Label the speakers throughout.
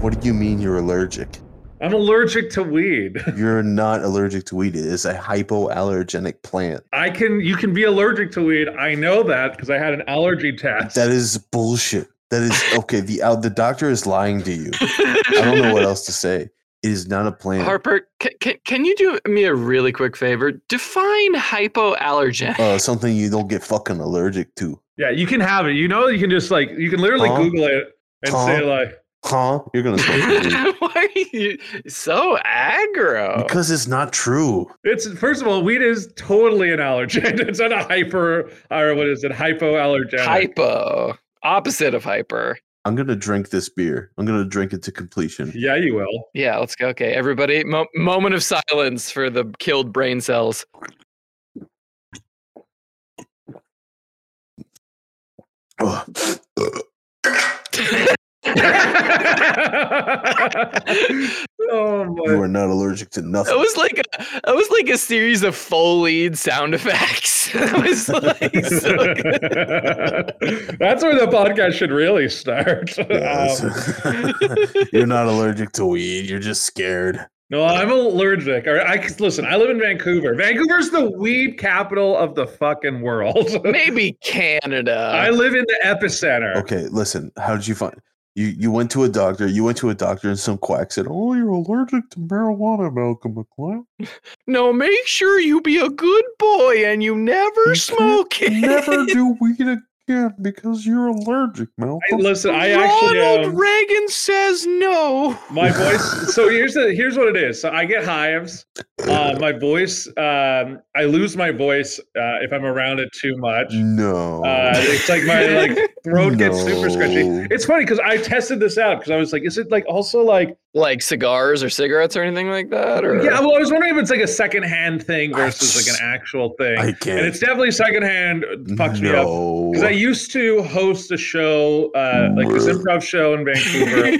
Speaker 1: What do you mean you're allergic?
Speaker 2: I'm allergic to weed.
Speaker 1: You're not allergic to weed. It is a hypoallergenic plant.
Speaker 2: I can you can be allergic to weed. I know that because I had an allergy test.
Speaker 1: That is bullshit. That is okay. The uh, the doctor is lying to you. I don't know what else to say. It is not a plant.
Speaker 3: Harper, can, can, can you do me a really quick favor? Define hypoallergenic.
Speaker 1: Uh, something you don't get fucking allergic to.
Speaker 2: yeah, you can have it. You know you can just like you can literally
Speaker 1: Huh?
Speaker 2: Google it and say
Speaker 1: Huh?
Speaker 2: like
Speaker 1: Huh? You're gonna smoke weed.
Speaker 3: Why are you so aggro?
Speaker 1: because it's not true.
Speaker 2: it's first of all, weed is totally an allergen. It's not a hyper or what is it, hypoallergenic.
Speaker 3: Hypo, opposite of hyper.
Speaker 1: I'm gonna drink this beer. I'm gonna drink it to completion.
Speaker 2: yeah, you will.
Speaker 3: Yeah, let's go. Okay, everybody, mo- moment of silence for the killed brain cells.
Speaker 1: Ugh.
Speaker 3: it
Speaker 2: oh
Speaker 1: You
Speaker 2: my
Speaker 1: are not allergic to nothing.
Speaker 3: was like a, it was like a series of Foley sound effects. it was like so good.
Speaker 2: That's where the podcast should really start.
Speaker 1: Yeah,
Speaker 2: Um,
Speaker 1: it's- you're not allergic to weed. You're just scared.
Speaker 2: No, I'm allergic. All right, I, listen, I live in Vancouver. Vancouver's the weed capital of the fucking world.
Speaker 3: Maybe Canada.
Speaker 2: I live in the epicenter.
Speaker 1: Okay, listen. How did you find? You you went to a doctor. You went to a doctor, and some quack said, "Oh, you're allergic to marijuana, Malcolm McLeod.
Speaker 3: no, make sure you be a good boy and you never
Speaker 1: You
Speaker 3: smoke it.
Speaker 1: Never do weed again because you're allergic, Malcolm."
Speaker 2: I, listen, I actually
Speaker 3: Ronald
Speaker 2: um,
Speaker 3: Reagan says no.
Speaker 2: my voice. So here's the here's what it is. So I get hives. Uh, my voice. Um, I lose my voice uh, if I'm around it too much.
Speaker 1: no.
Speaker 2: Uh, it's like my like throat gets super
Speaker 1: No.
Speaker 2: scratchy. It's funny because I tested this out because I was like, is it like also like
Speaker 3: Like cigars or cigarettes or anything like that? Or
Speaker 2: Yeah, well, I was wondering if it's like a secondhand thing
Speaker 1: I
Speaker 2: versus like
Speaker 1: just-
Speaker 2: an actual thing.
Speaker 1: I
Speaker 2: and
Speaker 1: can't.
Speaker 2: it's definitely secondhand. it Fucks me up
Speaker 1: no.
Speaker 2: because I used to host a show, uh, like this improv show in Vancouver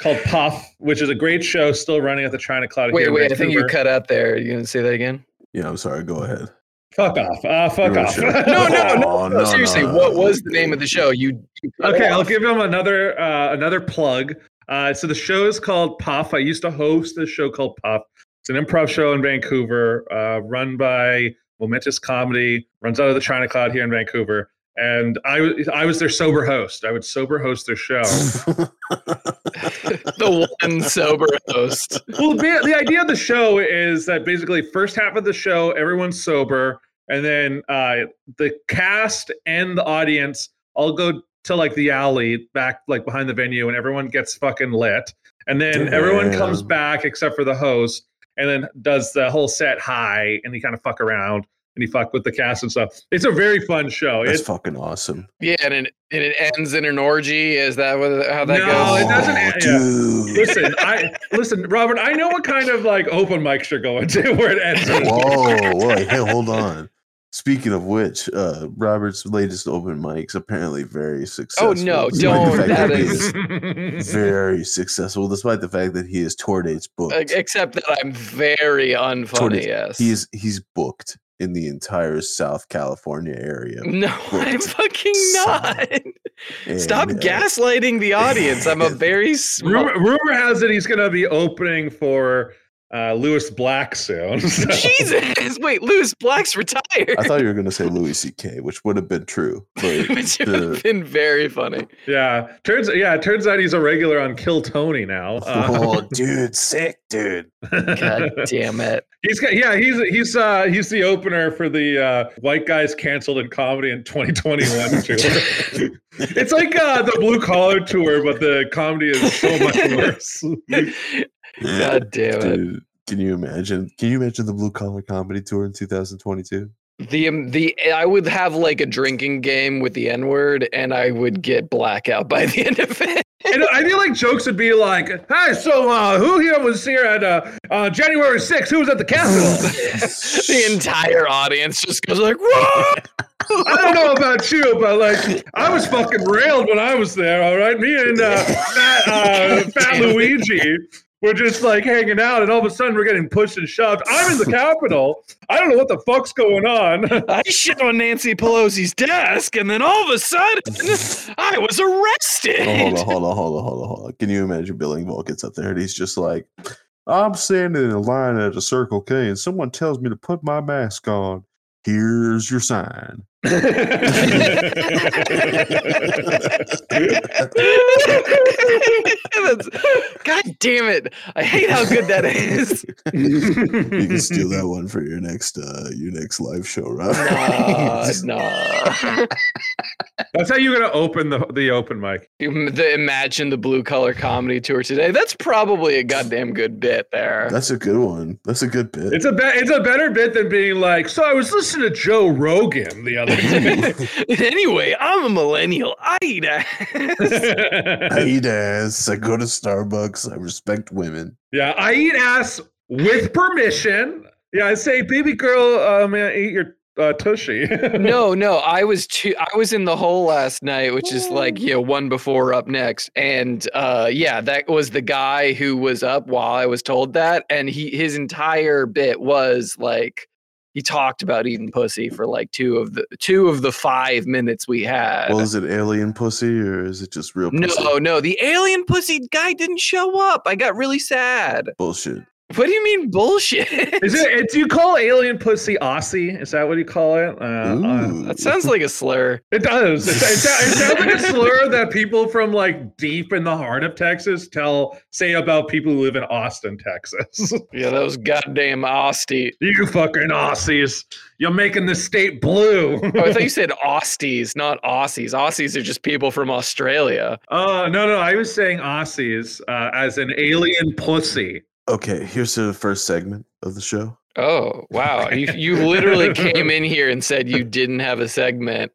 Speaker 2: called Puff, which is a great show, still running at the China Cloud.
Speaker 3: wait,
Speaker 2: here in
Speaker 3: wait. I think you
Speaker 2: Vancouver.
Speaker 3: cut out there. You gonna say that again?
Speaker 1: yeah, I'm sorry. Go ahead.
Speaker 2: Fuck off! Uh, fuck
Speaker 1: You're
Speaker 2: off!
Speaker 1: sure.
Speaker 3: No, no, no,
Speaker 1: Oh, no,
Speaker 3: Seriously,
Speaker 1: no,
Speaker 3: what
Speaker 1: no.
Speaker 3: was the name of the show? You you cut
Speaker 2: Okay,
Speaker 3: off.
Speaker 2: I'll give him another uh, another plug. Uh, so the show is called Puff. I used to host this show called Puff. It's an improv show in Vancouver, uh, run by Momentous Comedy. Runs out of the China Cloud here in Vancouver. And I was I was their sober host. I would sober host their show. Oh,
Speaker 3: the one sober host.
Speaker 2: well, the, the idea of the show is that basically first half of the show everyone's sober, and then uh, the cast and the audience all go to like the alley back like behind the venue, and everyone gets fucking lit, and then everyone comes
Speaker 1: Damn.
Speaker 2: back except for the host, and then does the whole set high, and he kind of fuck around. And he fuck with the cast and stuff. It's a very fun show.
Speaker 1: That's
Speaker 2: It's
Speaker 1: fucking awesome.
Speaker 3: Yeah, and it, and it ends in an orgy. Is that what, how that
Speaker 2: No,
Speaker 3: goes?
Speaker 2: it doesn't-
Speaker 1: Oh,
Speaker 2: yeah.
Speaker 1: Dude.
Speaker 2: listen, I listen, Robert. I know what kind of like open mics you're going to where it ends. in
Speaker 1: whoa, whoa, hey, hold on. Speaking of which, uh, Robert's latest open mics apparently very successful.
Speaker 3: Oh, no,
Speaker 1: despite the
Speaker 3: don't.
Speaker 1: fact
Speaker 3: That
Speaker 1: he
Speaker 3: is- Uh,
Speaker 1: very successful, despite the fact that he is tour dates booked.
Speaker 3: Ex- Except that I'm very unfunny.
Speaker 1: Totally.
Speaker 3: Yes.
Speaker 1: He is he's booked in the entire South California area.
Speaker 3: No, I'm
Speaker 1: booked.
Speaker 3: fucking
Speaker 1: Stop.
Speaker 3: not. Stop
Speaker 1: And, uh,
Speaker 3: gaslighting the audience. I'm a very small.
Speaker 2: Rumor, rumor has it he's going to be opening for uh, Lewis Black soon. so-
Speaker 3: Jesus! Wait, Lewis Black's retired.
Speaker 1: I thought you were gonna say Louis C.K., which would have been true. But
Speaker 3: Which would
Speaker 1: the-
Speaker 3: have been very funny.
Speaker 2: yeah, turns yeah, it turns out he's a regular on Kill Tony now. Uh,
Speaker 1: oh, dude, sick, dude.
Speaker 3: God damn it.
Speaker 2: he's got, yeah, he's he's uh, he's the opener for the uh, White Guys Canceled in Comedy in 2021 tour. it's like uh, the Blue Collar tour, but the comedy is so much worse.
Speaker 3: God damn it.
Speaker 1: Dude, can you imagine? Can you imagine the blue collar comedy tour in 2022?
Speaker 3: The um, the I would have like a drinking game with the N word, and I would get blackout by the end of it.
Speaker 2: And I feel like jokes would be like, "Hi, so uh, who here was here at uh, uh, January 6th? Who was at the Capitol?"
Speaker 3: the entire audience just goes like, "Whoa!"
Speaker 2: I don't know about you, but like I was fucking railed when I was there. All right, me and uh, Fat, uh, Fat Luigi We're just like hanging out, and all of a sudden we're getting pushed and shoved. I'm in the Capitol. I don't know what the fuck's going on.
Speaker 3: I shit on Nancy Pelosi's desk, and then all of a sudden, I was arrested.
Speaker 1: Oh, hold on, hold on, hold on, hold on, hold on. Can you imagine Bill Engvall gets up there and he's just like, I'm standing in a line at a Circle K and someone tells me to put my mask on. Here's your sign.
Speaker 3: That's- God damn it! I hate how good that is.
Speaker 1: You can steal that one for your next uh your next live show,
Speaker 3: Nah,
Speaker 1: right?
Speaker 3: nah.
Speaker 2: That's how you're gonna open the the open mic.
Speaker 3: You- The Imagine the Blue Collar Comedy Tour today. That's probably a goddamn good bit there.
Speaker 1: That's a good one. That's a good bit.
Speaker 2: It's a be- it's a better bit than being like. So I was listening to Joe Rogan the other day.
Speaker 3: anyway, I'm a millennial. I eat ass.
Speaker 1: I eat ass. I go to Starbucks. I respect women.
Speaker 2: Yeah, I eat ass with permission. Yeah, I say, baby girl, uh, man, eat your uh, tushy.
Speaker 3: no, no, I was too. I was in the hole last night, which is like yeah, one before up next, and uh, yeah, that was the guy who was up while I was told that, and he his entire bit was like he talked about eating pussy for like two of the two of the five minutes we had.
Speaker 1: Well, is it alien pussy or is it just real pussy?
Speaker 3: Uh, no, no, the alien pussy guy didn't show up. I got really sad.
Speaker 1: Bullshit.
Speaker 3: What do you mean bullshit?
Speaker 2: Is it? Do you call alien pussy Aussie? Is that what you call it? Uh, uh,
Speaker 1: Ooh.
Speaker 3: that sounds like a slur.
Speaker 2: it does. It, it, sou- it sounds like a slur that people from like deep in the heart of Texas tell say about people who live in Austin, Texas.
Speaker 3: Yeah, those goddamn Austies.
Speaker 2: you fucking Aussies, you're making the state blue.
Speaker 3: Oh, I thought you said Austies, not Aussies. Aussies are just people from Australia.
Speaker 2: uh, no, no, I was saying Aussies uh, as an alien pussy.
Speaker 1: Okay, here's the first segment of the show.
Speaker 3: Oh, wow. You, you literally came in here and said you didn't have a segment.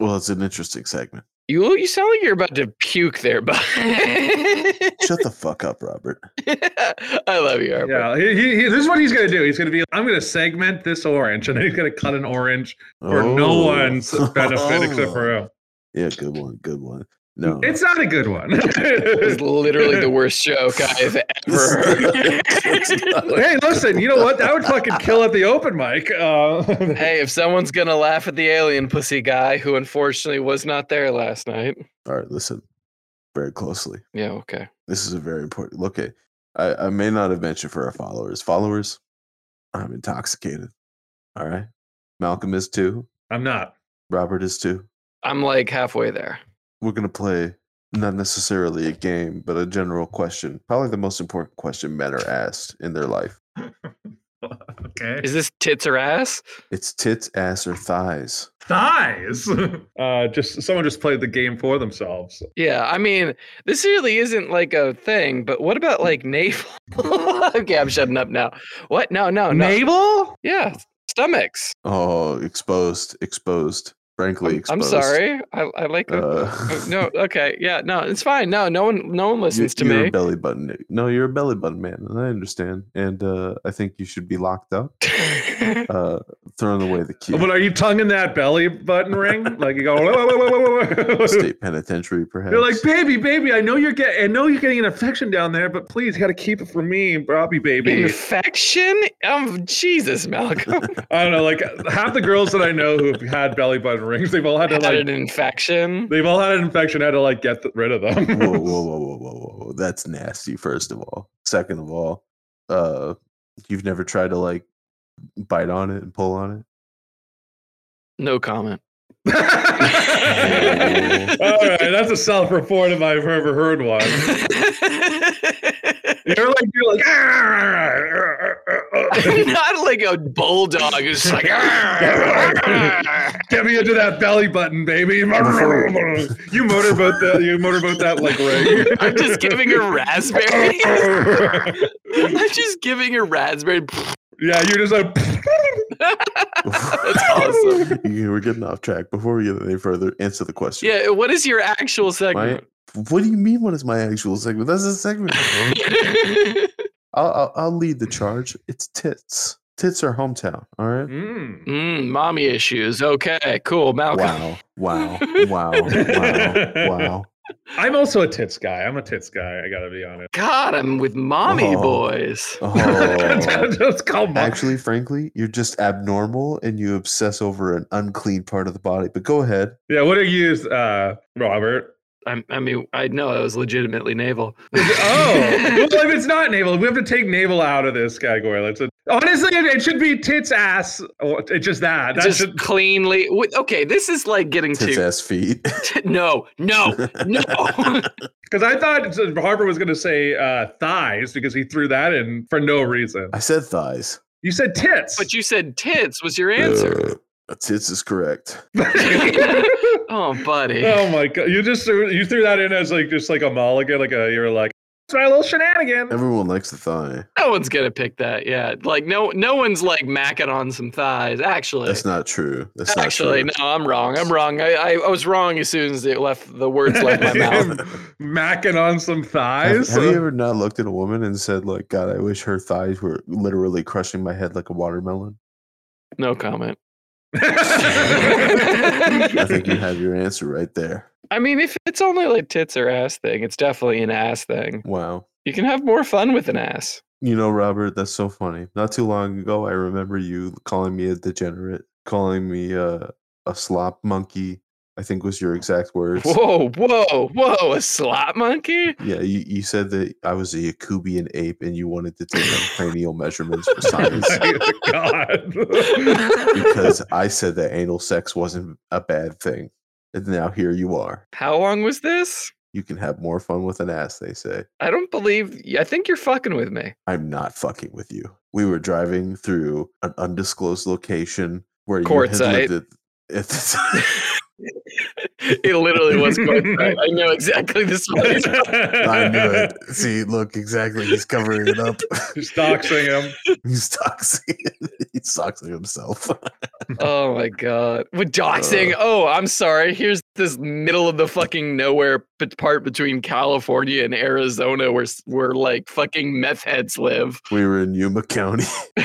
Speaker 1: Well, it's an interesting segment.
Speaker 3: You look- you sound like you're about to puke there, but
Speaker 1: Shut the fuck up, Robert.
Speaker 3: I love you, Harper.
Speaker 2: Yeah, he, he, he- this is what he's gonna do. He's gonna be. I'm gonna segment this orange, and then he's gonna cut an orange for no
Speaker 1: Oh.
Speaker 2: one's benefit except for him.
Speaker 1: Yeah, good one. Good one. No.
Speaker 2: It's not a good one.
Speaker 3: It was literally the worst joke I've ever.
Speaker 2: hey, listen, you know what? That would fucking kill at the open mic. Uh,
Speaker 3: hey, if someone's gonna laugh at the alien pussy guy who unfortunately was not there last night.
Speaker 1: All right, listen very closely.
Speaker 3: Yeah, okay.
Speaker 1: This is a very important look at I, I may not have mentioned for our followers. Followers, I'm intoxicated. All right. Malcolm is too.
Speaker 2: I'm not.
Speaker 1: Robert is too.
Speaker 3: I'm like halfway there.
Speaker 1: We're gonna play not necessarily a game, but a general question. Probably the most important question men are asked in their life.
Speaker 2: Okay.
Speaker 3: Is this tits or ass?
Speaker 1: It's tits, ass, or thighs.
Speaker 2: Thighs. uh, just someone just played the game for themselves.
Speaker 3: Yeah, I mean, this really isn't like a thing, but what about like navel? okay, I'm shutting up now. What? No, no, Oh, no.
Speaker 2: Navel?
Speaker 3: yeah, stomachs.
Speaker 1: Oh, exposed, exposed. Frankly,
Speaker 3: I'm, I'm
Speaker 1: exposed.
Speaker 3: sorry. I, I like that.
Speaker 1: Uh,
Speaker 3: Oh, no, okay, yeah, no, it's fine. No, no one, no one
Speaker 1: you-
Speaker 3: listens to
Speaker 1: you're
Speaker 3: me.
Speaker 1: a belly button. uh, No, you're a belly button man, and I understand. And uh, I think you should be locked up, uh, thrown away the key,
Speaker 2: But are you tonguing that belly button ring? Like you go. "Whoa, whoa, whoa, whoa, whoa, whoa."
Speaker 1: state penitentiary, perhaps.
Speaker 2: They're like, baby, baby, I know you're getting, I know you're getting an infection down there, but please, you got to keep it from me, Robbie, baby.
Speaker 3: Infection? Um, Jesus, Malcolm,
Speaker 2: I don't know, like half the girls that I know who've had belly button rings, they've all had to
Speaker 3: had
Speaker 2: like,
Speaker 3: an infection.
Speaker 2: they've all had an infection, had to like get th- rid of them.
Speaker 1: whoa, whoa, whoa, whoa, whoa, whoa, whoa! That's nasty. First of all, second of all, uh, you've never tried to like bite on it and pull on it.
Speaker 3: No comment.
Speaker 2: all right, that's a self-report if I've ever heard one. You're like, you're like,
Speaker 3: I'm not like a bulldog who's just like.
Speaker 2: get me into that belly button, baby. you motorboat that, you motorboat that like ring.
Speaker 3: I'm just giving her raspberry. I'm just giving her raspberry.
Speaker 2: Yeah, you're just like.
Speaker 3: That's awesome.
Speaker 1: You- We're getting off track. Before we get any further, answer the question.
Speaker 3: Yeah, what is your actual
Speaker 1: My,
Speaker 3: segment?
Speaker 1: what do you mean? What is my actual segment? That's a segment.
Speaker 3: mm,
Speaker 1: I'll, I'll, I'll lead the charge. It's tits. Tits are hometown. All right.
Speaker 2: Mm.
Speaker 3: mommy issues. Okay, cool. Malcolm.
Speaker 1: Wow. Wow. Wow. Wow. Wow.
Speaker 2: I'm also a tits guy. I'm a tits guy. I gotta be honest.
Speaker 3: God, I'm with mommy
Speaker 1: Oh.
Speaker 3: boys.
Speaker 1: Oh.
Speaker 2: Just call mom.
Speaker 1: Actually, frankly, you're just abnormal and you obsess over an unclean part of the body. But go ahead.
Speaker 2: yeah. What are you, uh, Robert?
Speaker 3: I'm, I mean, I know I was legitimately naval.
Speaker 2: Oh, well, if it's not navel, we have to take navel out of this category. Let's honestly, it, it should be tits, ass, or it's just that. That
Speaker 3: just
Speaker 2: should.
Speaker 3: cleanly. w- Okay, this is like getting
Speaker 1: Tits
Speaker 3: to
Speaker 1: ass feet.
Speaker 3: no, no, no.
Speaker 2: Because I thought Harper was going to say uh, thighs because he threw that in for no reason.
Speaker 1: I said thighs.
Speaker 2: You said tits.
Speaker 3: but you said tits was your answer.
Speaker 1: Uh, tits is correct.
Speaker 3: Oh, buddy.
Speaker 2: oh my god! You just threw, you threw that in as like just like a mulligan, like a you're like it's my little shenanigan.
Speaker 1: Everyone likes the thigh.
Speaker 3: No one's gonna pick that. Yeah, like no, no one's like macking on some thighs. Actually,
Speaker 1: That's not true. That's not
Speaker 3: actually,
Speaker 1: true.
Speaker 3: no, I'm wrong. I'm wrong. I, I, I was wrong as soon as it left the words left my mouth.
Speaker 2: Macking on some
Speaker 1: Have,
Speaker 2: thighs.
Speaker 1: have you ever not looked at a woman and said, like, God, I wish her thighs were literally crushing my head like a watermelon?
Speaker 3: No comment.
Speaker 1: I think you have your answer right there.
Speaker 3: I mean, if it's only like tits or ass thing, it's definitely an ass thing.
Speaker 1: Wow.
Speaker 3: You can have more fun with an ass.
Speaker 1: You know, Robert, that's so funny. Not too long ago, I remember you calling me a degenerate, calling me a, a slop monkey, I think was your exact words.
Speaker 3: Whoa, whoa, whoa! A slot monkey?
Speaker 1: Yeah, you, you said that I was a Yakubian ape and you wanted to take on cranial measurements for science
Speaker 2: Oh God.
Speaker 1: because I said that anal sex wasn't a bad thing. And now here you are.
Speaker 3: How long was this?
Speaker 1: You can have more fun with an ass, they say.
Speaker 3: I don't believe. I think you're fucking with me.
Speaker 1: I'm not fucking with you. We were driving through an undisclosed location where you had
Speaker 3: Quartzite.
Speaker 1: lived at, at the time.
Speaker 3: it literally was. Quite, I, I know exactly this one.
Speaker 1: I knew it. See, look, exactly. He's covering it up.
Speaker 2: He's doxing him.
Speaker 1: he's doxing. he's doxing himself.
Speaker 3: Oh my god. With doxing. oh, I'm sorry. Here's this middle of the fucking nowhere p- part between California and Arizona where s- where like fucking meth heads live.
Speaker 1: we were in Yuma County,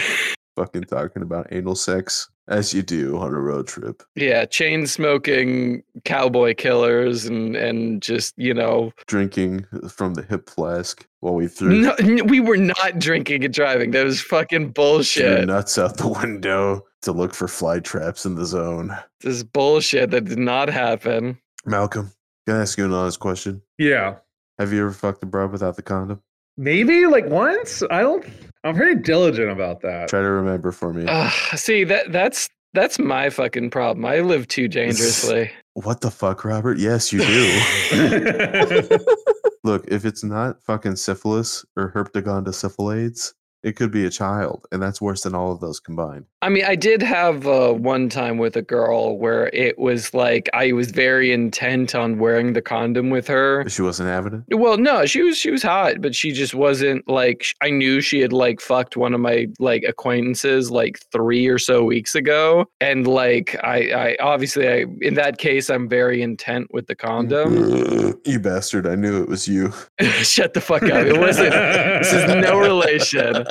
Speaker 1: fucking talking about anal sex, as you do on a road trip.
Speaker 3: Yeah, chain smoking cowboy killers and and just, you know,
Speaker 1: Drinking from the hip flask while we threw,
Speaker 3: no, n- we were not drinking and driving. That was fucking
Speaker 1: threw
Speaker 3: bullshit.
Speaker 1: nuts out the window to look for fly traps in the zone.
Speaker 3: This is bullshit that did not happen.
Speaker 1: Malcolm, can I ask you an honest question?
Speaker 2: Yeah.
Speaker 1: Have you ever fucked a broad without the condom?
Speaker 2: Maybe like once. I don't. I'm pretty diligent about that.
Speaker 1: Try to remember for me.
Speaker 3: Ugh, see, that that's that's my fucking problem. I live too dangerously.
Speaker 1: what the fuck, Robert? Yes, you do. Look, if it's not fucking syphilis or herpetogonda syphilades, it could be a child, and that's worse than all of those combined.
Speaker 3: I mean, I did have uh, one time with a girl where it was like I was very intent on wearing the condom with her.
Speaker 1: But she wasn't having it.
Speaker 3: Well, no, she was she was hot, but she just wasn't like sh- I knew she had like fucked one of my like acquaintances like three or so weeks ago, and like I, I obviously I in that case I'm very intent with the condom.
Speaker 1: you bastard! I knew it was you.
Speaker 3: Shut the fuck up! It wasn't. This is no relation.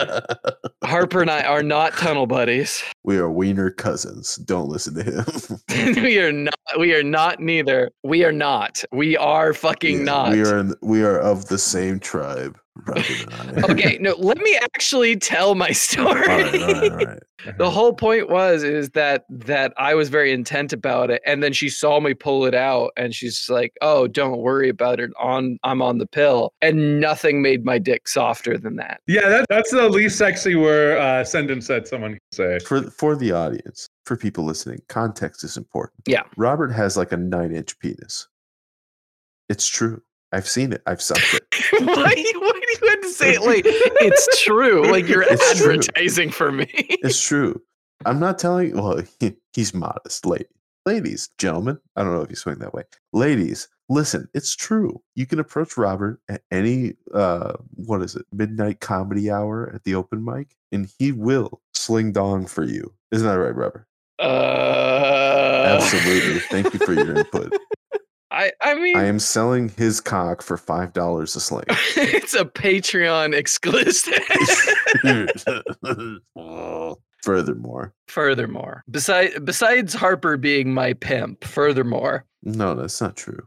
Speaker 3: Harper and I are not tunnel buddies.
Speaker 1: we are wiener cousins. Don't listen to him.
Speaker 3: we are not. We are not. Neither. We are not. We are fucking
Speaker 1: Yeah,
Speaker 3: not.
Speaker 1: We are in, we are of the same tribe. Robert and I.
Speaker 3: okay. No. Let me actually tell my story.
Speaker 1: all right, all right, all right.
Speaker 3: The whole point was is that that I was very intent about it, and then she saw me pull it out, and she's like, "Oh, don't worry about it. On I'm on the pill," and nothing made my dick softer than that.
Speaker 2: Yeah, that, that's the least sexy word uh, sentence that someone can say.
Speaker 1: For for the audience, for people listening, context is important.
Speaker 3: Yeah.
Speaker 1: Robert has like a nine inch penis. It's true. I've seen it. I've sucked it.
Speaker 3: why, you- why do you have to say it like it's true? Like you're
Speaker 1: It's true.
Speaker 3: advertising for me.
Speaker 1: It's true. I'm not telling. Well, he, he's modest, lady. Ladies, gentlemen, I don't know if you swing that way. Ladies, listen, it's true. You can approach Robert at any uh what is it? Midnight comedy hour at the open mic and he will sling dong for you. Isn't that right, Robert?
Speaker 3: Uh,
Speaker 1: Absolutely. Thank you for your input.
Speaker 3: I I mean,
Speaker 1: I am selling his cock for five dollars a sling.
Speaker 3: it's a Patreon exclusive.
Speaker 1: Furthermore,
Speaker 3: furthermore, besides besides Harper being my pimp, furthermore,
Speaker 1: no, that's not true.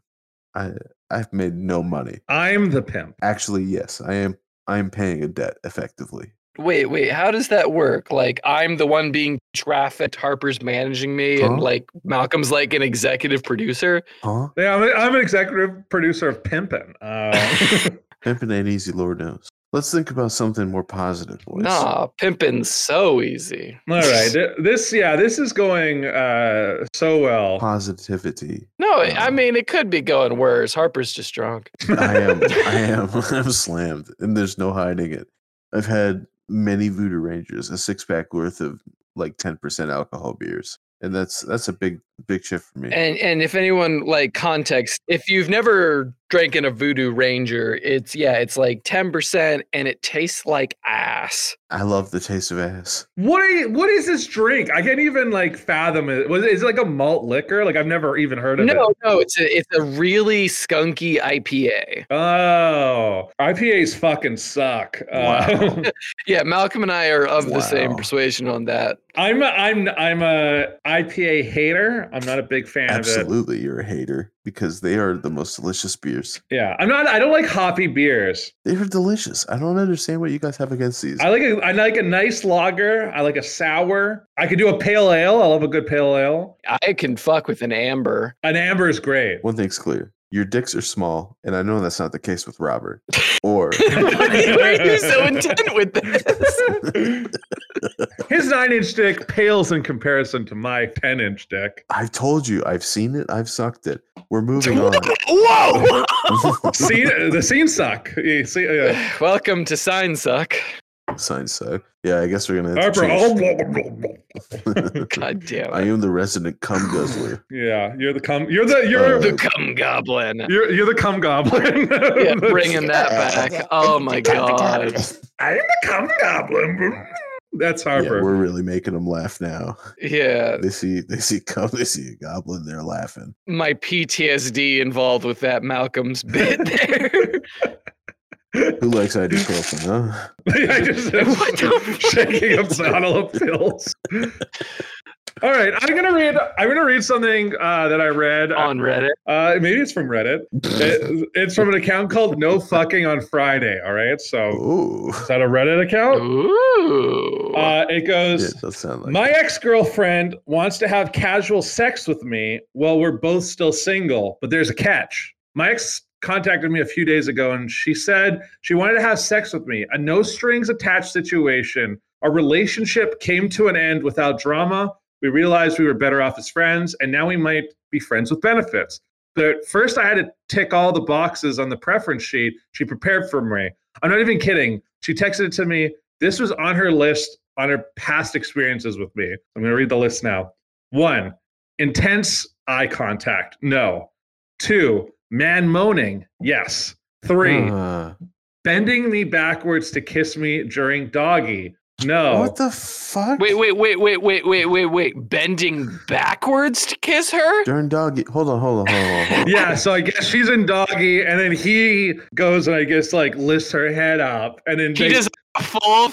Speaker 1: I I've made no money.
Speaker 2: I'm the pimp.
Speaker 1: Actually, yes, I am. I am paying a debt effectively.
Speaker 3: Wait, wait, how does that work? Like I'm the one being trafficked, Harper's managing me, and
Speaker 1: Huh?
Speaker 3: like Malcolm's like an executive producer.
Speaker 1: Huh?
Speaker 2: Yeah, I'm, a, I'm an executive producer of Pimpin. Uh,
Speaker 1: Pimping ain't easy, Lord knows. Let's think about something more positive, boys.
Speaker 3: Nah, pimpin's so easy.
Speaker 2: all right, th- this yeah, this is going uh, so well.
Speaker 1: Positivity.
Speaker 3: No, I
Speaker 1: Uh.
Speaker 3: mean it could be going worse. Harper's just drunk.
Speaker 1: I am. I am. I'm slammed, and there's no hiding it. I've had many Voodoo Rangers, a six pack worth of like 10% alcohol beers, and that's that's a big big shift for me.
Speaker 3: And and if anyone like context, if you've never drank in a Voodoo Ranger, it's yeah, it's like ten percent, and it tastes like ass.
Speaker 1: I love the taste of ass.
Speaker 2: What are you- what is this drink? I can't even like fathom it. Was it, is it like a malt liquor? Like I've never even heard of
Speaker 3: No,
Speaker 2: it.
Speaker 3: no, it's a, it's a really skunky IPA.
Speaker 2: Oh, IPAs fucking suck. Uh,
Speaker 1: Wow.
Speaker 3: Yeah, Malcolm and I are of the same
Speaker 1: Wow.
Speaker 3: persuasion on that.
Speaker 2: I'm a, I'm I'm a IPA hater. I'm not a big fan of it.
Speaker 1: Absolutely, you're a hater because they are the most delicious beers.
Speaker 2: Yeah, I'm not. I don't like hoppy beers.
Speaker 1: They are delicious. I don't understand what you guys have against these.
Speaker 2: I like a, I like a nice lager. I like a sour. I could do a pale ale. I love a good pale ale.
Speaker 3: I can fuck with an amber.
Speaker 2: An amber is great.
Speaker 1: One thing's clear: your dicks are small, and I know that's not the case with Robert. Or
Speaker 3: Why are you so intent with this?
Speaker 2: His nine inch dick pales in comparison to my ten inch dick.
Speaker 1: I've told you, I've seen it, I've sucked it. We're moving on.
Speaker 3: Whoa!
Speaker 2: See the scene suck. You see, uh,
Speaker 3: Welcome to Sign Suck.
Speaker 1: Signs suck. Yeah, I guess we're gonna. Have
Speaker 2: Harper,
Speaker 1: to
Speaker 2: oh,
Speaker 1: change.
Speaker 2: blah, blah, blah, blah.
Speaker 3: God damn
Speaker 1: I
Speaker 3: it.
Speaker 1: am the resident cum guzzler.
Speaker 2: yeah, you're the cum. You're the you're
Speaker 1: Uh,
Speaker 3: The cum goblin.
Speaker 2: you're, you're the cum goblin.
Speaker 3: Yeah, bringing that back. Oh my god.
Speaker 2: I'm the cum goblin. That's
Speaker 1: Yeah,
Speaker 2: Harper.
Speaker 1: we're really making them laugh now.
Speaker 3: Yeah,
Speaker 1: They see, they see cum, they see a goblin. They're laughing.
Speaker 3: my PTSD involved with that Malcolm's bit there.
Speaker 1: Who likes ibuprofen? Huh?
Speaker 2: I just
Speaker 3: What the
Speaker 2: shaking up bottle of pills. All right, I'm gonna read. I'm gonna read something uh, that I read.
Speaker 3: on Reddit.
Speaker 2: Uh, maybe it's from Reddit. It- it's from an account called No Fucking on Friday. All right, so
Speaker 1: Ooh,
Speaker 2: is that a Reddit account?
Speaker 1: Oh.
Speaker 3: Ooh.
Speaker 2: Uh, it
Speaker 1: yeah,
Speaker 2: goes.
Speaker 1: that sound like
Speaker 2: My ex girlfriend wants to have casual sex with me while we're both still single, but there's a catch. My ex contacted me a few days ago and she said she wanted to have sex with me, a no strings attached situation. Our relationship came to an end without drama. We realized we were better off as friends, and now we might be friends with benefits. But first, I had to tick all the boxes on the preference sheet she prepared for me. I'm not even kidding. She texted it to me this was on her list on her past experiences with me. I'm going to read the list now. One, intense eye contact. No. Two, man moaning. Yes. Three,
Speaker 1: Uh,
Speaker 2: bending me backwards to kiss me during doggy. No.
Speaker 1: What the fuck?
Speaker 3: Wait, wait, wait, wait, wait, wait, wait, wait. Bending backwards to kiss her?
Speaker 1: Darn doggy. Hold on, hold on, hold on. Hold on.
Speaker 2: yeah, so I guess she's in doggy, and then he goes and I guess like lifts her head up, and then
Speaker 3: He
Speaker 2: they-
Speaker 3: does a full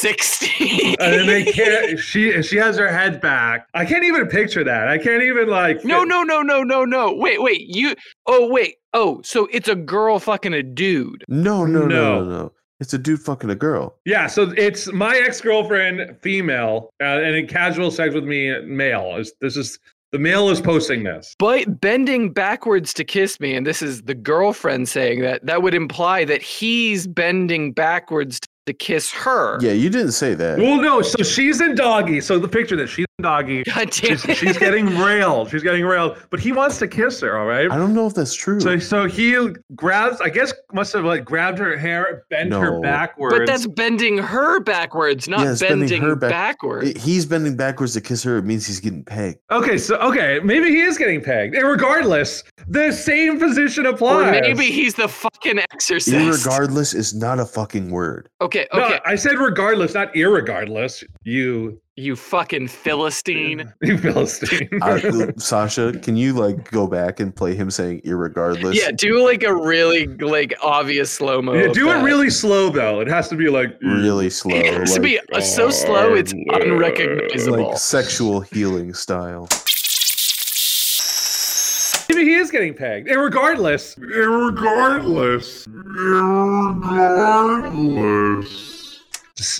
Speaker 3: 360.
Speaker 2: and then they can't. She she has her head back. I can't even picture that. I can't even like.
Speaker 3: no, no, no, no, no, no. Wait, wait. You. Oh, wait. Oh, so it's a girl fucking a dude.
Speaker 1: No, no, no,
Speaker 2: No.
Speaker 1: no, no. It's a dude fucking a girl.
Speaker 2: Yeah, so it's my ex girlfriend, female, uh, and in casual sex with me, male. Is this is the male is posting this?
Speaker 3: But bending backwards to kiss me, and this is the girlfriend saying that, that would imply that he's bending backwards to kiss her.
Speaker 1: Yeah, you didn't say that.
Speaker 2: Well, no, so she's in doggy. So the picture that she's in doggy,
Speaker 3: God damn
Speaker 2: she's,
Speaker 3: it.
Speaker 2: she's getting railed. She's getting railed, but he wants to kiss her. All right.
Speaker 1: I don't know if that's true.
Speaker 2: So so he grabs. I guess must have like grabbed her hair, bent her
Speaker 1: No.
Speaker 2: backwards.
Speaker 3: But that's bending her backwards, not
Speaker 1: Yeah, it's
Speaker 3: bending,
Speaker 1: bending her back-
Speaker 3: backwards.
Speaker 1: I- He's bending backwards to kiss her. It means he's getting pegged.
Speaker 2: okay. So okay, maybe he is getting pegged. And regardless, the same position applies.
Speaker 3: Or maybe he's the fucking exorcist.
Speaker 1: Irregardless is not a fucking word.
Speaker 3: okay, okay.
Speaker 2: No, I said regardless, not irregardless. You
Speaker 3: You fucking Philistine.
Speaker 2: You Philistine.
Speaker 1: I, Sasha, can you like go back and play him saying irregardless?
Speaker 3: Yeah, do like a really like obvious slow mo.
Speaker 2: Yeah, do it really slow though. It has to be like
Speaker 1: really slow.
Speaker 3: It has
Speaker 1: like,
Speaker 3: to be uh, so slow it's unrecognizable.
Speaker 1: like sexual healing style.
Speaker 2: Maybe see, he is getting pegged. And regardless,
Speaker 4: Irregardless. Irregardless.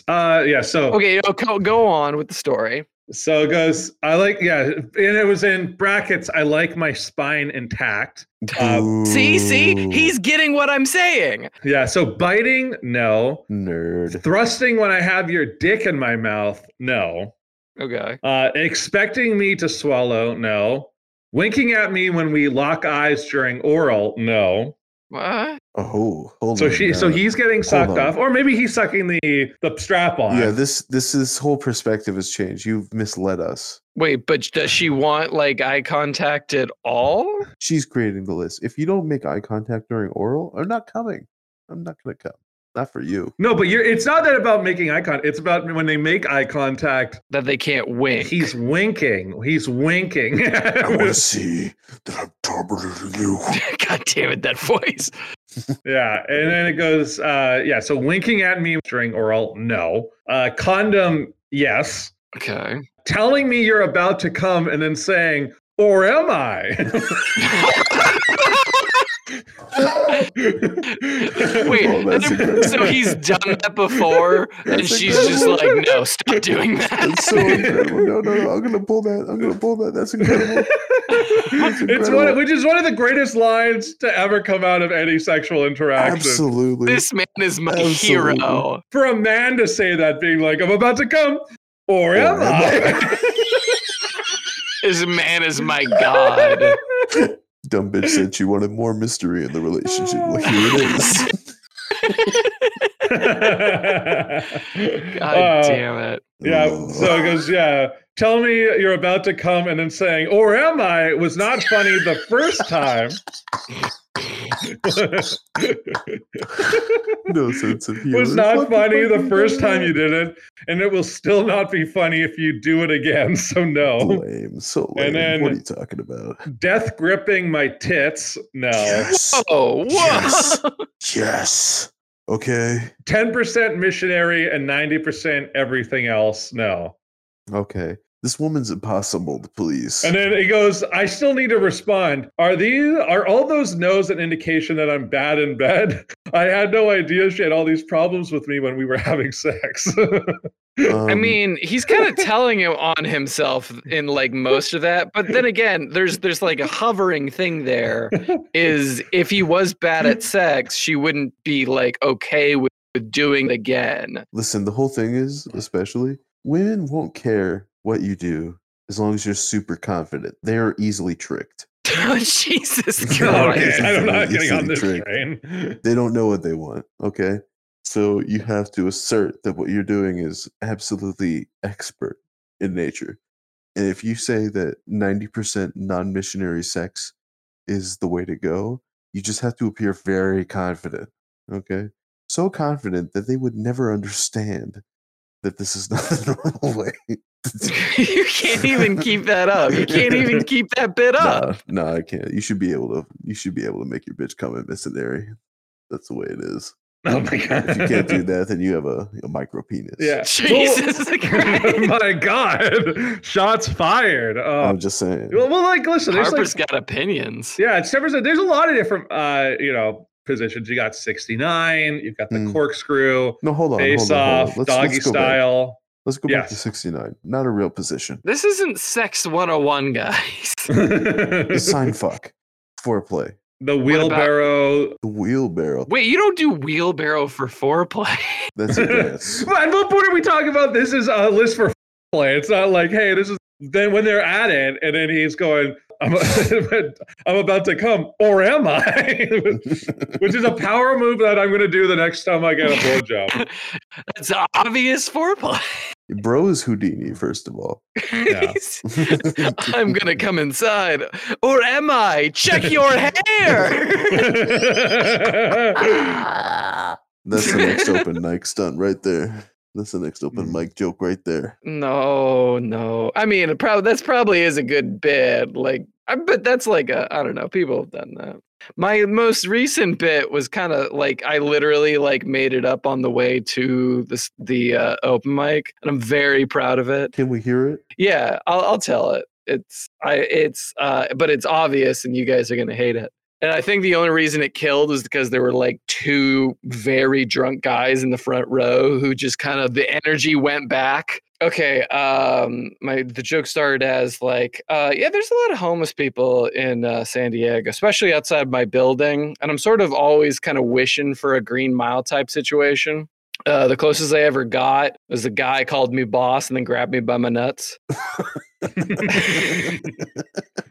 Speaker 2: uh, yeah. So
Speaker 3: Okay, oh, go, go on with the story.
Speaker 2: So it goes, I like, yeah, and it was in brackets, I like my spine intact. Uh,
Speaker 3: See, see,
Speaker 1: Ooh,
Speaker 3: he's getting what I'm saying.
Speaker 2: Yeah, so biting, no.
Speaker 1: nerd.
Speaker 2: Thrusting when I have your dick in my mouth, no.
Speaker 3: Okay.
Speaker 2: Uh, expecting me to swallow, no. Winking at me when we lock eyes during oral, no.
Speaker 3: What?
Speaker 1: Oh, hold
Speaker 2: So
Speaker 1: on.
Speaker 2: she, so
Speaker 1: now.
Speaker 2: he's getting sucked
Speaker 1: on.
Speaker 2: off, or maybe he's sucking the the strap on.
Speaker 1: Yeah, this this this whole perspective has changed. You've misled us.
Speaker 3: Wait, but does she want like eye contact at all?
Speaker 1: She's creating the list. If you don't make eye contact during oral, I'm not coming. I'm not gonna come. Not for you.
Speaker 2: No, but you're, it's not that about making eye contact. It's about when they make eye contact,
Speaker 3: That they can't wink.
Speaker 2: he's winking. He's winking.
Speaker 1: wanna see that I'm tormenting you.
Speaker 3: God damn it, that voice.
Speaker 2: Yeah, and then it goes, uh, yeah. So winking at me during oral, no. Uh, condom, yes.
Speaker 3: Okay.
Speaker 2: Telling me you're about to come and then saying, or am I?
Speaker 3: Wait,
Speaker 1: Oh, that's
Speaker 3: and then-
Speaker 1: a good-
Speaker 3: so he's done that before, and
Speaker 1: That's a
Speaker 3: she's
Speaker 1: good
Speaker 3: just
Speaker 1: one.
Speaker 3: like, no, stop doing that.
Speaker 1: That's so incredible. No, no, no. I'm gonna pull that. I'm gonna pull that. That's incredible.
Speaker 2: it's one, of, which is one of the greatest lines to ever come out of any sexual interaction.
Speaker 1: Absolutely.
Speaker 3: this man is my
Speaker 1: Absolutely.
Speaker 3: hero.
Speaker 2: For a man to say that, being like, "I'm about to come," or,
Speaker 1: Or
Speaker 2: am,
Speaker 1: am
Speaker 2: I?
Speaker 3: This man is my god.
Speaker 1: Dumb bitch said she wanted more mystery in the relationship. Well, here it is.
Speaker 3: God
Speaker 2: Uh,
Speaker 3: damn it.
Speaker 2: Yeah. So it goes, yeah. Tell me you're about to come and then saying, or am I, was not funny the first time.
Speaker 1: no sense of humor.
Speaker 2: was not
Speaker 1: What the
Speaker 2: funny
Speaker 1: fuck
Speaker 2: the
Speaker 1: is
Speaker 2: first
Speaker 1: going
Speaker 2: time you
Speaker 1: on?
Speaker 2: did it. And it will still not be funny if you do it again. So no.
Speaker 1: Lame. So lame.
Speaker 2: And then-
Speaker 1: what are you talking about?
Speaker 2: Death gripping my tits. No.
Speaker 1: Yes.
Speaker 3: Oh, whoa.
Speaker 1: Yes. Yes. Okay.
Speaker 2: 10% missionary and 90% everything else. No.
Speaker 1: Okay. This woman's impossible to please.
Speaker 2: And then he goes, I still need to respond. Are these are all those no's an indication that I'm bad in bed? I had no idea she had all these problems with me when we were having sex.
Speaker 3: I
Speaker 1: Um,
Speaker 3: mean, he's kind of telling him on himself in like most of that, but then again, there's there's like a hovering thing there. Is if he was bad at sex, she wouldn't be like okay with, with doing it again.
Speaker 1: listen, the whole thing is, especially, women won't care what you do as long as you're super confident. They are easily tricked.
Speaker 3: Jesus
Speaker 1: Okay,
Speaker 2: okay,
Speaker 3: Christ!
Speaker 2: I'm not
Speaker 1: Easily
Speaker 2: getting on this
Speaker 1: tricked.
Speaker 2: train.
Speaker 1: They don't know what they want. Okay. So you have to assert that what you're doing is absolutely expert in nature. And if you say that 90% non missionary sex is the way to go, you just have to appear very confident. Okay. So confident that they would never understand that this is not the normal way.
Speaker 3: you can't even keep that up. You can't even keep that bit up.
Speaker 1: No, I can't. You should be able to. You should be able to make your bitch come in missionary. That's the way it is.
Speaker 2: Oh my god.
Speaker 1: If you can't do that, then you have a, a micro penis.
Speaker 2: Yeah.
Speaker 3: Jesus
Speaker 2: Oh
Speaker 3: Christ!
Speaker 2: my god. Shots fired. Oh.
Speaker 1: I'm just saying.
Speaker 2: well, well, like listen, there's like
Speaker 3: Harper's got opinions.
Speaker 2: Yeah, it's different. There's a lot of different, uh, you know, positions. You got 69. You've got the
Speaker 1: Mm.
Speaker 2: corkscrew,
Speaker 1: No, hold on.
Speaker 2: face
Speaker 1: hold on, hold
Speaker 2: off,
Speaker 1: on. Let's,
Speaker 2: doggy
Speaker 1: let's go Back.
Speaker 2: style.
Speaker 1: Let's go back to
Speaker 2: Yes.
Speaker 1: 69. Not a real position.
Speaker 3: This isn't sex 101, guys.
Speaker 2: the
Speaker 1: Sign fuck. Foreplay.
Speaker 2: wheelbarrow.
Speaker 1: The wheelbarrow.
Speaker 3: Wait, you don't do wheelbarrow for foreplay?
Speaker 1: That's advanced.
Speaker 2: But At what point are we talking about? This is a list for play. It's not like, hey, this is. Then when they're at it, and then he's going, I'm, I'm about to come, or am I? Which is a power move that I'm going to do the next time I get a blowjob.
Speaker 3: That's obvious foreplay.
Speaker 1: Bro is Houdini, first of all.
Speaker 2: Yeah.
Speaker 3: I'm gonna come inside, or am I? Check your hair.
Speaker 1: That's the next open mic stunt right there. That's the next open
Speaker 2: Mm.
Speaker 1: mic joke right there.
Speaker 3: no, no. I mean, it prob- that's probably is a good bit. Like, I bet that's like a I don't know. People have done that. My most recent bit was kind of like I literally like made it up on the way to this the uh, open mic, and I'm very proud of it.
Speaker 1: Can we hear it?
Speaker 3: Yeah, I'll, I'll tell it. It's I it's uh but it's obvious and you guys are gonna hate it. And I think the only reason it killed was because there were like two very drunk guys in the front row who just kind of the energy went back. Okay, um my the joke started as like uh yeah, there's a lot of homeless people in uh, San Diego, especially outside my building, and I'm sort of always kind of wishing for a green mile type situation. Uh, the closest I ever got was the guy called me boss and then grabbed me by my nuts.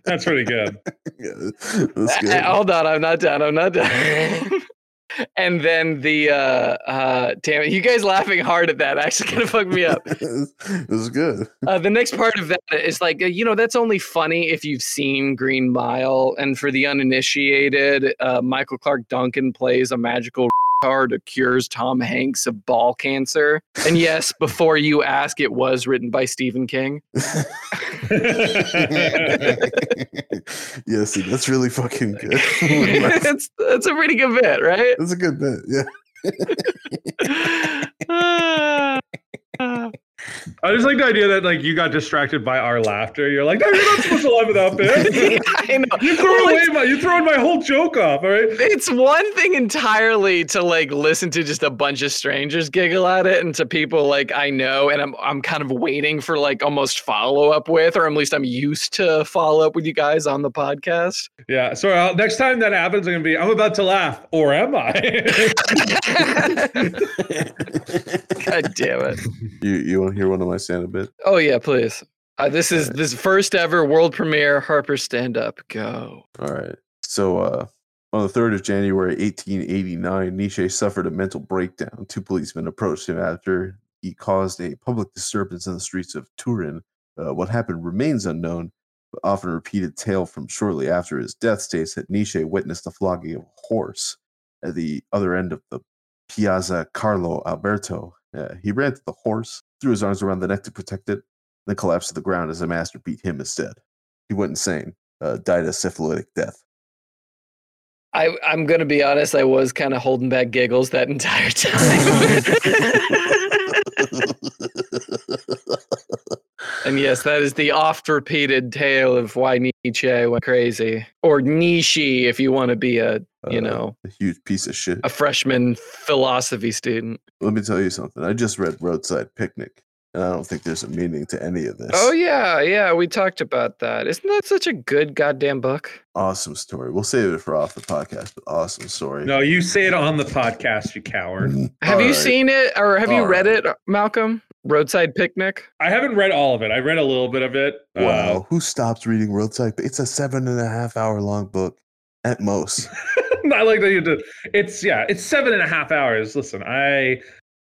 Speaker 2: That's pretty good.
Speaker 1: Yeah, that's
Speaker 3: Uh,
Speaker 1: good.
Speaker 3: uh, Hold on, I'm not done. I'm not done. and then the uh, uh, damn it, you guys laughing hard at that actually kind of fucked me up.
Speaker 1: this is good.
Speaker 3: Uh, the next part of that is like, uh, you know, that's only funny if you've seen Green Mile. And for the uninitiated, uh, Michael Clark Duncan plays a magical card that cures Tom Hanks of ball cancer. And yes, before you ask, it was written by Stephen King.
Speaker 1: yeah, see, that's really fucking good. that's,
Speaker 3: it's, it's a pretty good bit, right?
Speaker 1: that's a good bit. Yeah.
Speaker 3: Ah, ah.
Speaker 2: I just like the idea that like you got distracted by our laughter. You're like, no, you're not supposed to laugh without this.
Speaker 3: I know.
Speaker 2: You threw
Speaker 3: Well,
Speaker 2: away
Speaker 3: it's-
Speaker 2: my, you throwing my whole joke off. All right.
Speaker 3: It's one thing entirely to like listen to just a bunch of strangers giggle at it and to people like I know and I'm I'm kind of waiting for like almost follow up with or at least I'm used to follow up with you guys on the podcast.
Speaker 2: Yeah. So uh, next time that happens, I'm gonna be, I'm about to laugh, or am I?
Speaker 3: God damn it.
Speaker 1: You you want to hear one of my stand-up bit?
Speaker 3: Oh yeah, please. Uh, this is this first ever world premiere Harper stand up. Go.
Speaker 1: All right. So uh, on the 3rd of January 1889, Nietzsche suffered a mental breakdown. Two policemen approached him after he caused a public disturbance in the streets of Turin. Uh, what happened remains unknown, but often repeated tale from shortly after his death states that Nietzsche witnessed the flogging of a horse at the other end of the Piazza Carlo Alberto. Uh, he ran to the horse, threw his arms around the neck to protect it, then collapsed to the ground as the master beat him instead. He went insane uh, died a syphilitic death.
Speaker 3: I, I'm gonna be honest, I was kind of holding back giggles that entire time. And yes, that is the oft repeated tale of why Nietzsche went crazy. Or Nishi, if you want to be a, you
Speaker 1: Uh,
Speaker 3: know,
Speaker 1: a huge piece of shit.
Speaker 3: a freshman philosophy student.
Speaker 1: Let me tell you something. I just read Roadside Picnic, and I don't think there's a meaning to any of this.
Speaker 3: Oh yeah, yeah, we talked about that. Isn't that such a good goddamn book?
Speaker 1: Awesome story. We'll save it for off the podcast, but awesome story.
Speaker 2: no, you say it on the podcast, you coward.
Speaker 1: Mm,
Speaker 3: Have you
Speaker 1: alright.
Speaker 3: seen it or have you
Speaker 1: All
Speaker 3: read
Speaker 1: right.
Speaker 3: it, Malcolm? Roadside Picnic?
Speaker 2: I haven't read all of it. I read a little bit of it. Uh,
Speaker 1: Wow, who stops reading Roadside? Pic- It's a seven and a half hour long book, at most.
Speaker 2: I like that you did. It's yeah, it's seven and a half hours. Listen, I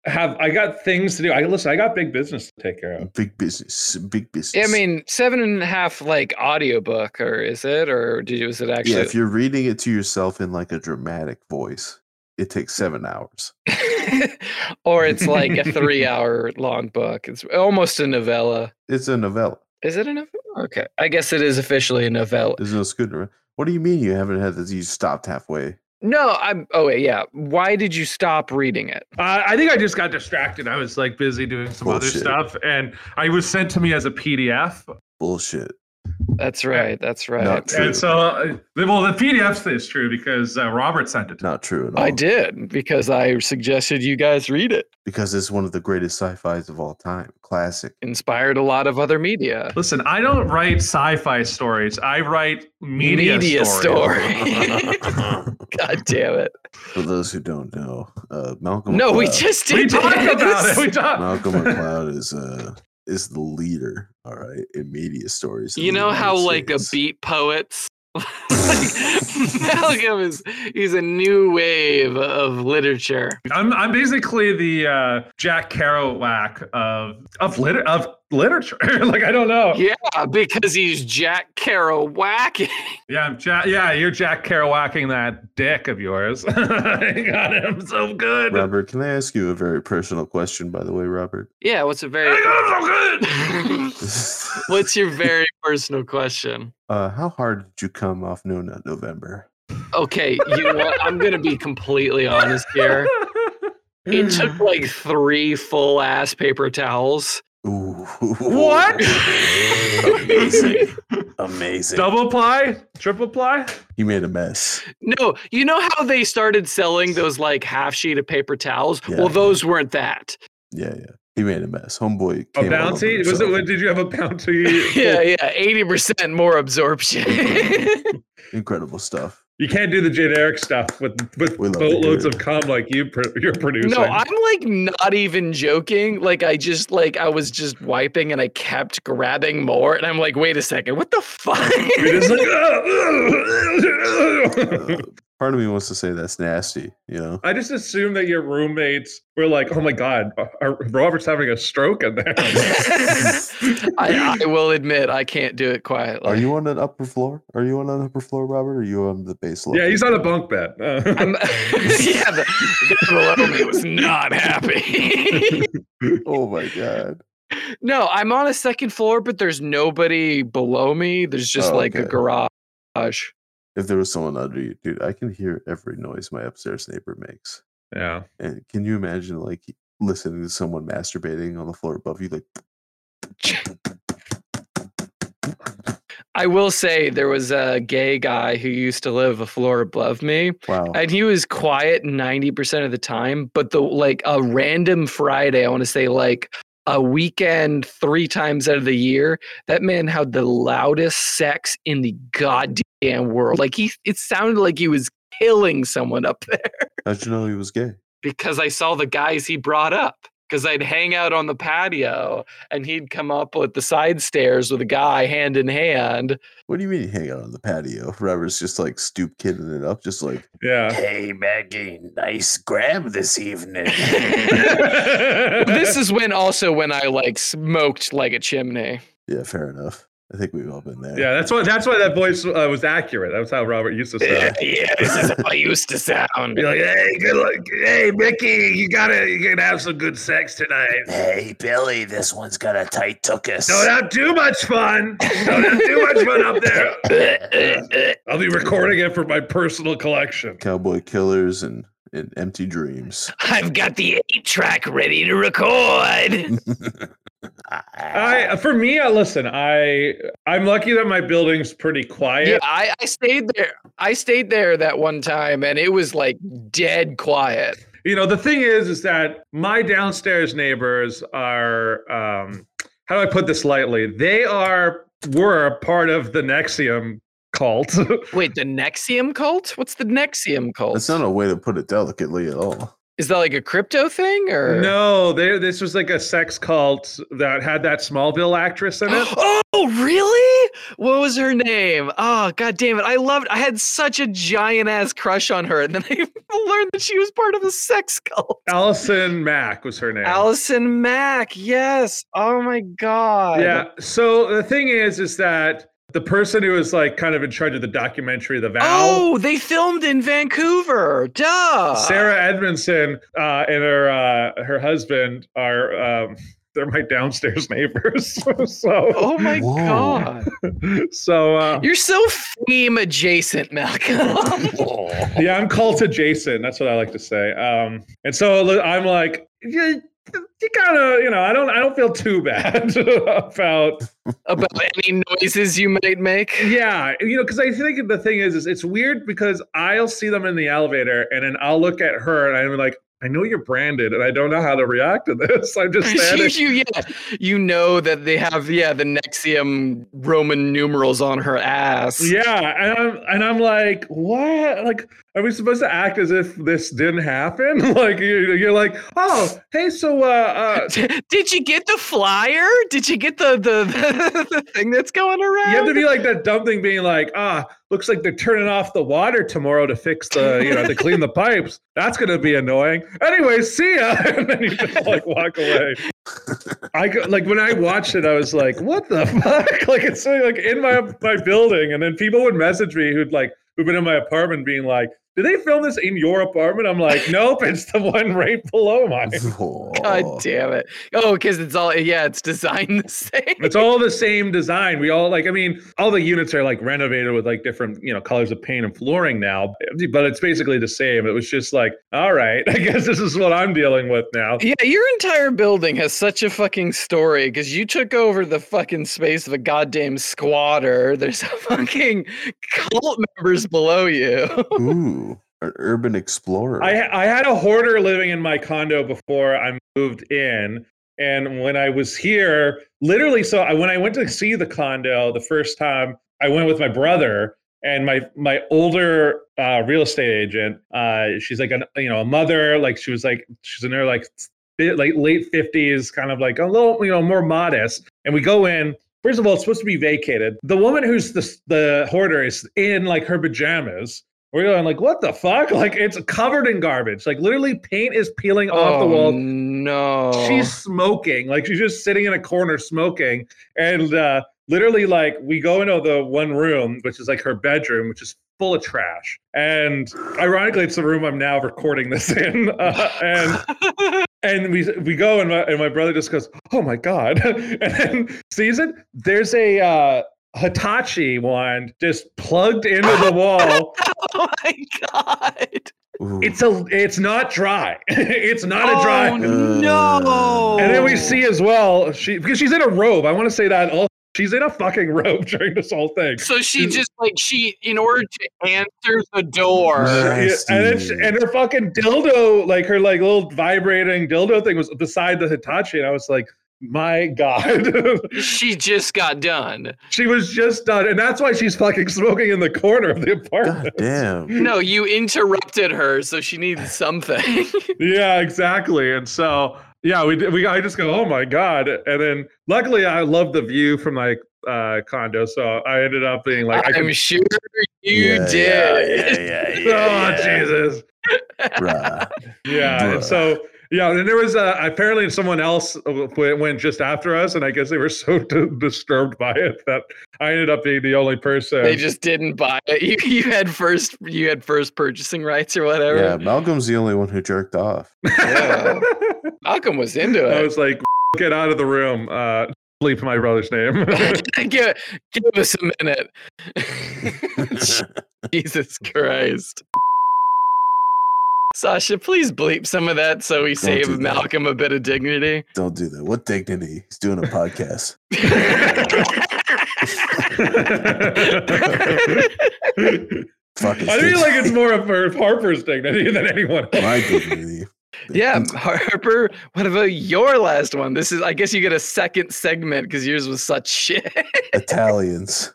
Speaker 2: have I got things to do. I listen, I got big business to take care of.
Speaker 1: big business, big business.
Speaker 3: I mean, seven and a half like audiobook, or is it? Or did you was it
Speaker 1: yeah,
Speaker 3: actually
Speaker 1: if you're reading it to yourself in like a dramatic voice, it takes seven hours.
Speaker 3: or it's like a three hour long book. It's almost a novella.
Speaker 1: It's a novella.
Speaker 3: Is it a novella? Okay. I guess it is officially a novella.
Speaker 1: There's no scooting around. What do you mean you haven't had this? You stopped halfway.
Speaker 3: No, I'm oh wait, yeah. Why did you stop reading it?
Speaker 2: Uh, I think I just got distracted. I was like busy doing some
Speaker 1: Bullshit.
Speaker 2: other stuff, and I was sent to me as a PDF.
Speaker 1: Bullshit.
Speaker 3: That's right. That's right.
Speaker 1: True.
Speaker 2: And so, uh, well, the PDF is true because uh, Robert sent it to me.
Speaker 1: Not true at all.
Speaker 3: I did because I suggested you guys read it.
Speaker 1: because it's one of the greatest sci-fi's of all time. Classic.
Speaker 3: Inspired a lot of other media.
Speaker 2: Listen, I don't write sci-fi stories. I write media, stories.
Speaker 3: story. God damn it.
Speaker 1: For those who don't know, uh, Malcolm.
Speaker 3: No, we
Speaker 1: McLeod-
Speaker 3: just did
Speaker 2: We talked
Speaker 3: this.
Speaker 2: about it. We talked.
Speaker 1: Malcolm McLeod is uh is the leader. All right, in media stories. in
Speaker 3: You
Speaker 1: the
Speaker 3: know
Speaker 1: United
Speaker 3: how like a
Speaker 1: States.
Speaker 3: beat poets like Malcolm is he's a new wave of literature.
Speaker 2: I'm I'm basically the uh, Jack Kerouac of of liter- of literature. like I don't
Speaker 1: Oh.
Speaker 2: know. Yeah,
Speaker 3: Yeah, because he's Jack Kerouac.
Speaker 2: I'm Jack. Yeah, you're Jack Kerouacing that dick of yours. I got him so good.
Speaker 1: Robert, can I ask you a very personal question? By the way, Robert.
Speaker 3: yeah, what's a very
Speaker 2: I got him so good.
Speaker 3: What's your very personal question?
Speaker 1: uh, how hard did you come off No Nut November?
Speaker 3: Okay, you know what? I'm gonna be completely honest here. It took like three full ass paper towels
Speaker 1: Ooh.
Speaker 2: What?
Speaker 1: Amazing. Amazing.
Speaker 2: Double ply, triple ply.
Speaker 1: You made a mess.
Speaker 3: No, you know how they started selling those like half sheet of paper towels?
Speaker 1: Yeah.
Speaker 3: Well, those weren't that.
Speaker 1: Yeah, yeah. He made a mess. Homeboy.
Speaker 2: A
Speaker 1: came all over
Speaker 2: bounty? Was it?
Speaker 1: himself.
Speaker 2: Did you have a bounty?
Speaker 3: Yeah, yeah, eighty percent more absorption.
Speaker 1: Incredible stuff.
Speaker 2: You can't do the generic stuff with with
Speaker 1: We love
Speaker 2: boatloads
Speaker 1: you.
Speaker 2: of cum like you pro- you're producing.
Speaker 3: no, I'm like not even joking. Like I just like I was just wiping and I kept grabbing more, and I'm like, wait a second, what the fuck?
Speaker 2: You're just like, "Ugh,
Speaker 1: Uh,
Speaker 2: ugh."
Speaker 1: part of me wants to say that's nasty, you know?
Speaker 2: I just assume that your roommates were like, "Oh my god, are- Robert's having a stroke in there."
Speaker 3: I, I will admit I can't do it quietly.
Speaker 1: Are you on an upper floor? Are you on an upper floor, Robert? Or are you on the base level?
Speaker 2: yeah, he's on a bunk bed.
Speaker 3: I'm,
Speaker 2: Uh,
Speaker 3: yeah, the, the guy below me was not happy.
Speaker 1: Oh my god.
Speaker 3: No, I'm on a second floor, but there's nobody below me. There's just
Speaker 1: Oh,
Speaker 3: like a
Speaker 1: okay.
Speaker 3: garage.
Speaker 1: If there was someone under you, dude, I can hear every noise my upstairs neighbor makes.
Speaker 2: yeah,
Speaker 1: And can you imagine like listening to someone masturbating on the floor above you? Like
Speaker 3: I will say there was a gay guy who used to live a floor above me,
Speaker 1: wow.
Speaker 3: and he was quiet 90% of the time. But the like a random Friday, I want to say like a weekend three times out of the year, that man had the loudest sex in the goddamn world. Like he, it sounded like he was killing someone up there.
Speaker 1: How'd you know he was gay?
Speaker 3: because I saw the guys he brought up. Because I'd hang out on the patio and he'd come up with the side stairs with a guy hand in hand.
Speaker 1: What do you mean you hang out on the patio? Robert's just like stoop kidding it up, just like
Speaker 2: yeah.
Speaker 1: Hey Maggie, nice grab this evening.
Speaker 3: this is when also when I like smoked like a chimney.
Speaker 1: yeah, fair enough. I think we've all been there.
Speaker 2: yeah. That's why. That's why that voice uh, was accurate. That was how Robert used to sound.
Speaker 3: yeah, this is how I used to sound.
Speaker 2: Be like, hey, good luck. Hey, Mickey, you gotta, you gotta have some good sex tonight.
Speaker 1: Hey Billy, this one's got a tight tuckus.
Speaker 2: Don't have too much fun. Don't have too much fun up there. I'll be recording it for my personal collection.
Speaker 1: Cowboy killers and, and empty dreams.
Speaker 3: I've got the eight track ready to record.
Speaker 1: Uh,
Speaker 2: I, for me, I listen. I, I'm lucky that my building's pretty quiet.
Speaker 3: Yeah, I, I stayed there. I stayed there that one time and it was like dead quiet.
Speaker 2: You know, the thing is, is that my downstairs neighbors are, um, how do I put this lightly? They are were part of the Nexium cult.
Speaker 3: Wait, the Nexium cult? What's the Nexium cult?
Speaker 1: That's not a way to put it delicately at all.
Speaker 3: Is that like a crypto thing or
Speaker 2: no, they, this was like a sex cult that had that Smallville actress in it.
Speaker 3: oh, really? What was her name? Oh, god damn it. I loved I had such a giant ass crush on her. And then I learned that she was part of a sex cult.
Speaker 2: Allison Mack was her name.
Speaker 3: Allison Mack, yes. Oh my god.
Speaker 2: Yeah. So the thing is, is that the person who was like kind of in charge of the documentary, The Vow,
Speaker 3: Oh, they filmed in Vancouver. Duh.
Speaker 2: Sarah Edmondson uh, and her uh, her husband are um, they're my downstairs neighbors. so
Speaker 3: Oh my
Speaker 1: Whoa.
Speaker 3: god.
Speaker 2: so uh,
Speaker 3: You're so theme adjacent, Malcolm.
Speaker 1: oh,
Speaker 2: yeah, I'm cult adjacent. That's what I like to say. Um, and so li- I'm like. You, you gotta, you know, I don't, I don't feel too bad about
Speaker 3: About any noises you might make.
Speaker 2: Yeah, you know, because I think the thing is, is it's weird because I'll see them in the elevator, and then I'll look at her, and I'm like, I know you're branded, and I don't know how to react to this. I'm just standing.
Speaker 3: you, you- yeah, you know that they have yeah the Nexium Roman numerals on her ass.
Speaker 2: Yeah, and I'm and I'm like, what? Like, are we supposed to act as if this didn't happen? Like, you, you're like, oh, hey, so, uh, uh
Speaker 3: D- Did you get the flyer? Did you get the the, the, thing that's going around?
Speaker 2: you have to be like that dumb thing, being like, ah, looks like they're turning off the water tomorrow to fix the, you know, to clean the pipes. That's gonna be annoying. Anyway, see ya, and then you just like walk away. I go, like when I watched it, I was like, "What the fuck?" Like it's so, like in my my building, and then people would message me who'd like who've been in my apartment, being like, Did they film this in your apartment? I'm like, nope, it's the one right below mine.
Speaker 3: God damn it. Oh, because it's all, yeah, it's designed the same.
Speaker 2: It's all the same design. We all like, I mean, all the units are like renovated with like different, you know, colors of paint and flooring now, but it's basically the same. It was just like, all right, I guess this is what I'm dealing with now.
Speaker 3: Yeah, your entire building has such a fucking story because you took over the fucking space of a goddamn squatter. There's fucking cult members below you.
Speaker 1: Ooh, an urban explorer.
Speaker 2: I, I had a hoarder living in my condo before I moved in. And when I was here, literally, so I, when I went to see the condo the first time, I went with my brother and my my older uh, real estate agent. Uh, she's like a you know a mother, like she was like she's in her like fi- like late fifties, kind of like a little you know more modest. And we go in. First of all, it's supposed to be vacated. The woman who's the the hoarder is in like her pajamas. We're going like, what the fuck? Like it's covered in garbage. Like literally, paint is peeling off the wall.
Speaker 3: Oh, No.
Speaker 2: She's smoking. Like she's just sitting in a corner smoking. And uh, literally, like we go into the one room, which is like her bedroom, which is full of trash. And ironically, it's the room I'm now recording this in. Uh, and and we we go and my and my brother just goes, oh my god, and then sees it. There's a. Uh, Hitachi wand just plugged into the wall.
Speaker 3: oh my God.
Speaker 1: Ooh.
Speaker 2: It's a it's not dry. it's not a dry.
Speaker 3: Oh, no.
Speaker 2: And then
Speaker 1: Oh.
Speaker 2: we see as well, she because she's in a robe. I want to say that all she's in a fucking robe during this whole thing.
Speaker 3: So she just like she, in order to answer the door,
Speaker 1: Yeah.
Speaker 2: Yeah, and then she,
Speaker 1: Nasty.
Speaker 2: and her fucking dildo, like her like little vibrating dildo thing, was beside the Hitachi, and I was like, my god,
Speaker 3: she just got done.
Speaker 2: she was just done, and that's why she's fucking smoking in the corner of the
Speaker 1: God
Speaker 2: apartment.
Speaker 1: damn.
Speaker 3: No, you interrupted her, so she needed something.
Speaker 2: yeah, exactly. And so, yeah, we did- we I just go, oh my god. And then, luckily, I love the view from my uh, condo, so I ended up being like, I
Speaker 3: I'm
Speaker 2: can.
Speaker 3: sure you
Speaker 1: Yeah, yeah,
Speaker 3: did.
Speaker 1: Yeah, yeah,
Speaker 2: Oh
Speaker 1: yeah, yeah.
Speaker 2: Jesus!
Speaker 1: Bruh.
Speaker 2: Yeah.
Speaker 1: Bruh.
Speaker 2: And so yeah, and there was uh, apparently someone else went went just after us, and I guess they were so d- disturbed by it that I ended up being the only person.
Speaker 1: Um,
Speaker 3: They just didn't buy it. You, you had first you had first purchasing rights or whatever.
Speaker 1: Yeah, Malcolm's the only one who jerked off.
Speaker 3: Yeah. Malcolm was into
Speaker 2: I
Speaker 3: it.
Speaker 2: was like, get out of the room. Uh, bleep my brother's name.
Speaker 3: give, give us a minute. Jesus Christ. Sasha, please bleep some of that so we save
Speaker 1: do that.
Speaker 3: Malcolm a bit of dignity.
Speaker 1: Don't do that. What dignity? He's doing a podcast. Fuck his
Speaker 2: I feel like
Speaker 1: dignity.
Speaker 2: it's more of Irv Harper's dignity than anyone. Else.
Speaker 1: my dignity.
Speaker 3: yeah,
Speaker 2: Mm.
Speaker 3: Harper, what about your last one? This is, I guess you get a second segment because yours was such shit.
Speaker 1: Italians,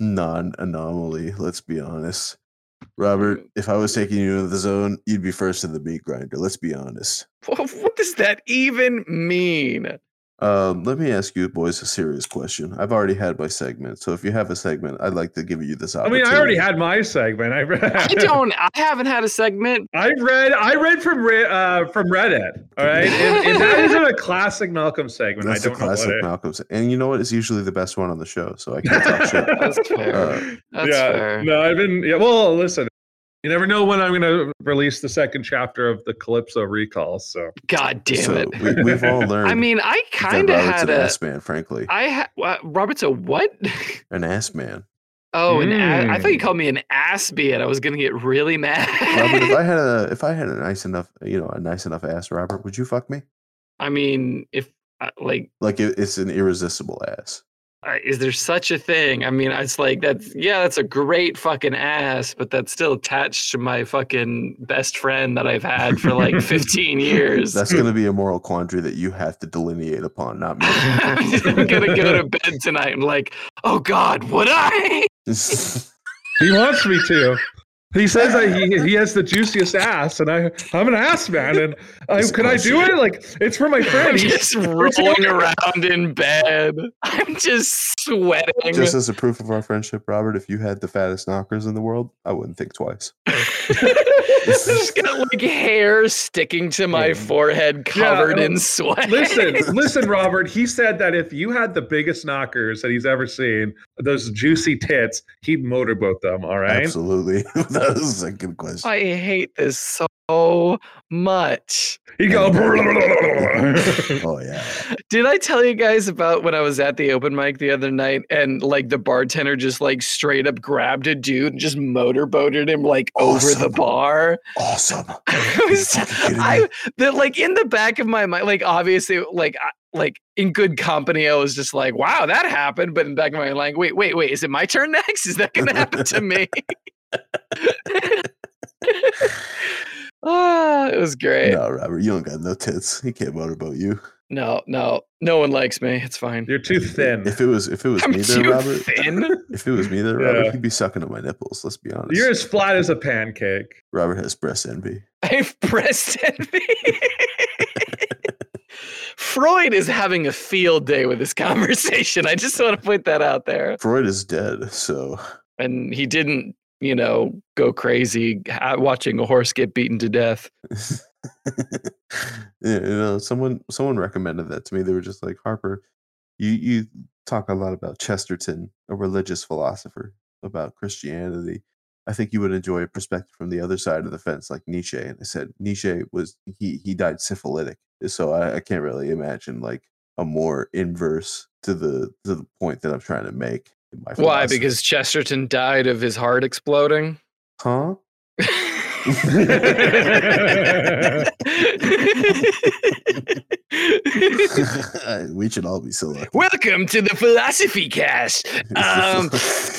Speaker 1: non anomaly. Let's be honest. Robert,
Speaker 3: Mm.
Speaker 1: if I was taking you into the zone, you'd be first in the meat grinder. Let's be honest.
Speaker 3: What, what does that even mean?
Speaker 1: Um, let me ask you boys a serious question. I've already had my segment, so if you have a segment, I'd like to give you this
Speaker 2: I
Speaker 1: opportunity.
Speaker 2: mean, I already had my segment. I,
Speaker 3: I don't, I haven't had a segment.
Speaker 2: I read I read from Re- uh, from Reddit. All right, and, and that isn't a classic Malcolm segment.
Speaker 1: That's the
Speaker 2: I don't know what
Speaker 1: classic
Speaker 2: it.
Speaker 1: Malcolm's, and you know what? It's usually the best one on the show, so I can't talk shit.
Speaker 3: That's fair.
Speaker 1: Uh,
Speaker 3: That's
Speaker 2: yeah,
Speaker 3: fair.
Speaker 2: no, I've been. Yeah, well, listen, you never know when I'm going to release the second chapter of the Calypso recall. So
Speaker 3: God damn
Speaker 1: so
Speaker 3: it.
Speaker 1: We, we've all learned.
Speaker 3: I mean, I
Speaker 1: that
Speaker 3: kind of
Speaker 1: Robert's
Speaker 3: had
Speaker 1: an
Speaker 3: a.
Speaker 1: ass man, frankly,
Speaker 3: I ha- uh, Robert's a what?
Speaker 1: an ass man.
Speaker 3: Oh, an a- I thought you
Speaker 2: Mm.
Speaker 3: called me an aspie, and I was gonna get really mad.
Speaker 1: Robert, if I had a if I had a nice enough, you know, a nice enough ass, Robert, would you fuck me?
Speaker 3: I mean, if I- like,
Speaker 1: Like it, it's an irresistible ass.
Speaker 3: I- is there such a thing? I mean, it's like that's yeah, that's a great fucking ass, but that's still attached to my fucking best friend that I've had for like 15 years.
Speaker 1: That's going to be a moral quandary that you have to delineate upon, not me.
Speaker 3: I'm gonna go to bed tonight. and like, oh God, would I?
Speaker 2: he wants me to. He says that he he has the juiciest ass, and I I'm an ass man, and I,
Speaker 1: It's
Speaker 2: can I do
Speaker 1: awesome.
Speaker 2: it? Like it's for my
Speaker 3: I'm
Speaker 2: friend. He's-
Speaker 3: just rolling around in bed. I'm just sweating.
Speaker 1: Just as a proof of our friendship, Robert, if you had the fattest knockers in the world, I wouldn't think twice. This is-
Speaker 3: Just got like hair sticking to my
Speaker 1: Yeah.
Speaker 3: forehead covered
Speaker 2: oh,
Speaker 3: in sweat.
Speaker 2: Listen, listen, Robert. He said that if you had the biggest knockers that he's ever seen, those juicy tits, he'd motorboat them. All right.
Speaker 1: Absolutely. that is a good question.
Speaker 3: I hate this so much.
Speaker 2: He'd go.
Speaker 1: oh yeah.
Speaker 3: Did I tell you guys about when I was at the open mic the other night and like the bartender just like straight up grabbed a dude and just motorboated him like over the
Speaker 1: Awesome.
Speaker 3: bar?
Speaker 1: Awesome.
Speaker 3: I was,
Speaker 1: fucking kidding
Speaker 3: I
Speaker 1: me?
Speaker 3: that like in the back of my mind, like obviously, like I, like in good company, I was just like, wow, that happened. But in the back of my mind, like, wait, wait, wait, is it my turn next? Is that gonna happen to me? ah, it was great.
Speaker 1: No, Robert, you don't got no tits. He can't motorboat you.
Speaker 3: No, no, no one likes me. It's fine.
Speaker 2: You're too thin.
Speaker 1: If it was if it was
Speaker 3: I'm
Speaker 1: me there,
Speaker 3: too
Speaker 1: Robert.
Speaker 3: thin.
Speaker 1: If it was me there, Robert,
Speaker 2: Yeah.
Speaker 1: he'd be sucking on my nipples. Let's be honest.
Speaker 2: You're as flat as a pancake.
Speaker 1: Robert has breast envy.
Speaker 3: I've pressed envy. Freud is having a field day with this conversation. I just want to put that out there.
Speaker 1: Freud is dead, so
Speaker 3: And he didn't, you know, go crazy ha- watching a horse get beaten to death.
Speaker 1: you know, someone someone recommended that to me. They were just like Harper, you you talk a lot about Chesterton, a religious philosopher, about Christianity. I think you would enjoy a perspective from the other side of the fence, like Nietzsche. And I said Nietzsche was he he died syphilitic, so I, I can't really imagine like a more inverse to the to the point that I'm trying to make. In my
Speaker 3: Why?
Speaker 1: philosophy.
Speaker 3: Because Chesterton died of his heart exploding.
Speaker 1: huh? we should all be so lucky.
Speaker 3: Welcome to the Philosophy Cast. Um,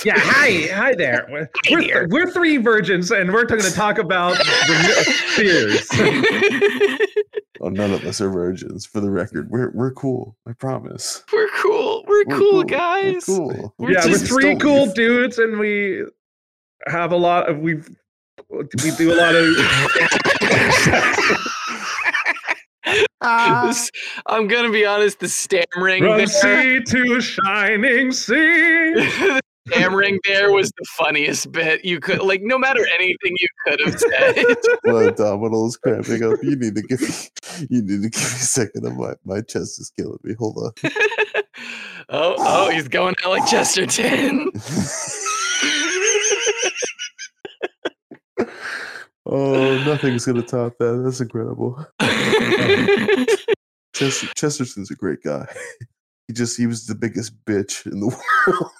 Speaker 2: Yeah. Hi. Hi there. We're, we're, th-
Speaker 3: there.
Speaker 2: we're three virgins, and we're going to talk about the fears.
Speaker 1: Oh, none of us are virgins. For the record, we're we're cool. I promise.
Speaker 3: We're cool. We're,
Speaker 1: We're
Speaker 3: cool,
Speaker 1: we're
Speaker 3: guys.
Speaker 1: cool.
Speaker 3: We're
Speaker 2: yeah, we're
Speaker 3: just-
Speaker 2: three
Speaker 1: Don't
Speaker 2: cool
Speaker 1: leave.
Speaker 2: dudes, and we have a lot of we we do a lot of
Speaker 3: This- I'm gonna be honest. The stammering,
Speaker 2: from
Speaker 3: there,
Speaker 2: sea to shining sea.
Speaker 3: the stammering there was the funniest bit. You could like, no matter anything you could have said.
Speaker 1: My abdominals cramping up. You need to give me. You need to give me a second. Of my my chest is killing me. Hold on.
Speaker 3: oh, oh, he's going out like Chesterton.
Speaker 1: oh, nothing's gonna top that. That's incredible. Chester, Chesterton's a great guy. He just he was the biggest bitch in the world.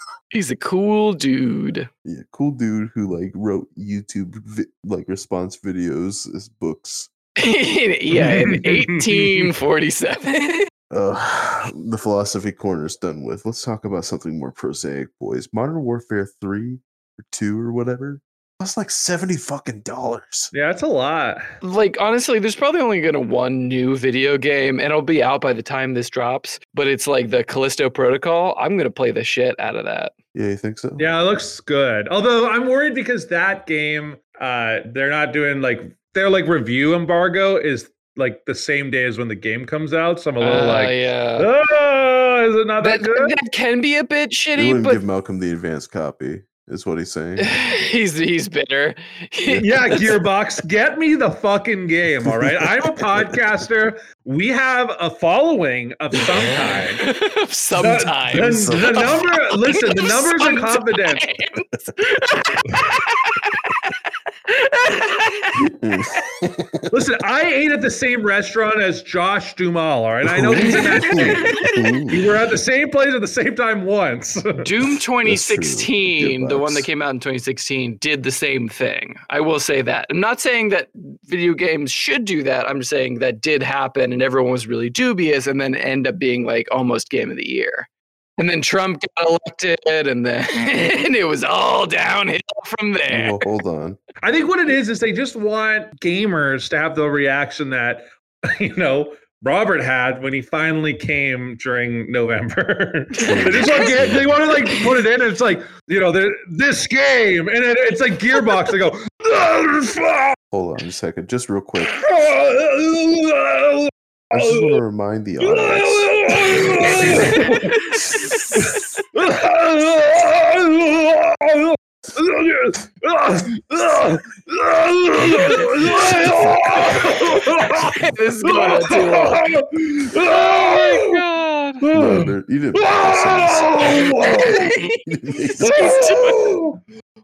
Speaker 3: he's a cool dude.
Speaker 1: Yeah, cool dude who like wrote YouTube vi- like response videos as books.
Speaker 3: yeah, in 1847.
Speaker 1: Uh, the philosophy corner's done with. Let's talk about something more prosaic, boys. Modern Warfare three or two or whatever. That's like seventy fucking dollars.
Speaker 2: Yeah, that's a lot.
Speaker 3: like honestly there's probably only gonna one new video game and it'll be out by the time this drops but it's like the callisto protocol i'm gonna play the shit out of that
Speaker 1: Yeah, you think so?
Speaker 2: Yeah, it looks good. Although I'm worried because that game, uh, they're not doing like their like review embargo is like the same day as when the game comes out. So I'm a little
Speaker 3: Uh,
Speaker 2: like,
Speaker 3: yeah
Speaker 2: oh, is it not
Speaker 3: that,
Speaker 2: that, good?
Speaker 3: that can be a bit
Speaker 1: They
Speaker 3: shitty
Speaker 1: wouldn't
Speaker 3: but
Speaker 1: give Malcolm the advanced copy. Is what he's saying.
Speaker 3: he's he's bitter
Speaker 2: yeah, Gearbox, get me the fucking game. All right. I'm a podcaster. We have a following of some kind.
Speaker 3: sometimes
Speaker 2: The, the, the number, listen, the numbers are
Speaker 3: Sometimes.
Speaker 2: confident. Listen, I ate at the same restaurant as Josh Dumal. All right. I know he's in that state. We were at the same place at the same time once.
Speaker 3: Doom 2016, the one that
Speaker 1: Gearbox.
Speaker 3: came out in 2016, did the same thing. I will say that. I'm not saying that video games should do that. I'm just saying that did happen and everyone was really dubious and then end up being like almost game of the year. And then Trump got elected and then it was all downhill from there.
Speaker 1: well, hold on.
Speaker 2: I think what it is is they just want gamers to have the reaction that, you know, Robert had when he finally came during November. they just want ga- they want to like put it in, and it's like you know they're- this game, and it, it's like Gearbox. They go,
Speaker 1: Hold on a second. Just real quick.
Speaker 2: yeah,
Speaker 1: I just want to remind the audience.
Speaker 3: this is going on too long. Oh
Speaker 2: Oh
Speaker 3: my god.
Speaker 1: No, there- you didn't make any sense. You didn't make sense.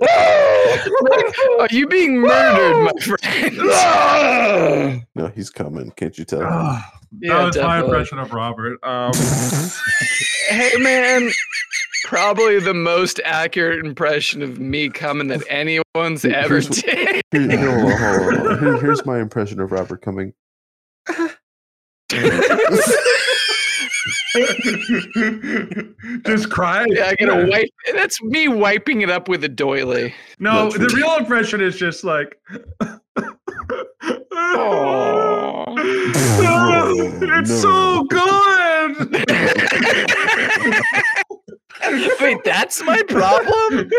Speaker 3: Are Oh, you being murdered, my friend?
Speaker 1: No, he's coming. Can't you tell?
Speaker 2: Ah, that
Speaker 3: Yeah,
Speaker 2: was my
Speaker 3: definitely.
Speaker 2: impression of Robert. Um,
Speaker 3: Hey man, probably the most accurate impression of me coming that anyone's
Speaker 1: Here-
Speaker 3: ever
Speaker 1: here's what-
Speaker 3: did.
Speaker 1: Here- here- hold on, hold on, hold on. Here- here's my impression of Robert Cumming.
Speaker 2: just crying.
Speaker 3: Yeah, I gotta wipe. That's me wiping it up with a doily.
Speaker 2: No,
Speaker 1: That's
Speaker 2: the real impression is just like.
Speaker 3: Aw.
Speaker 2: it's so
Speaker 1: No.
Speaker 2: good.
Speaker 3: Wait, that's my problem.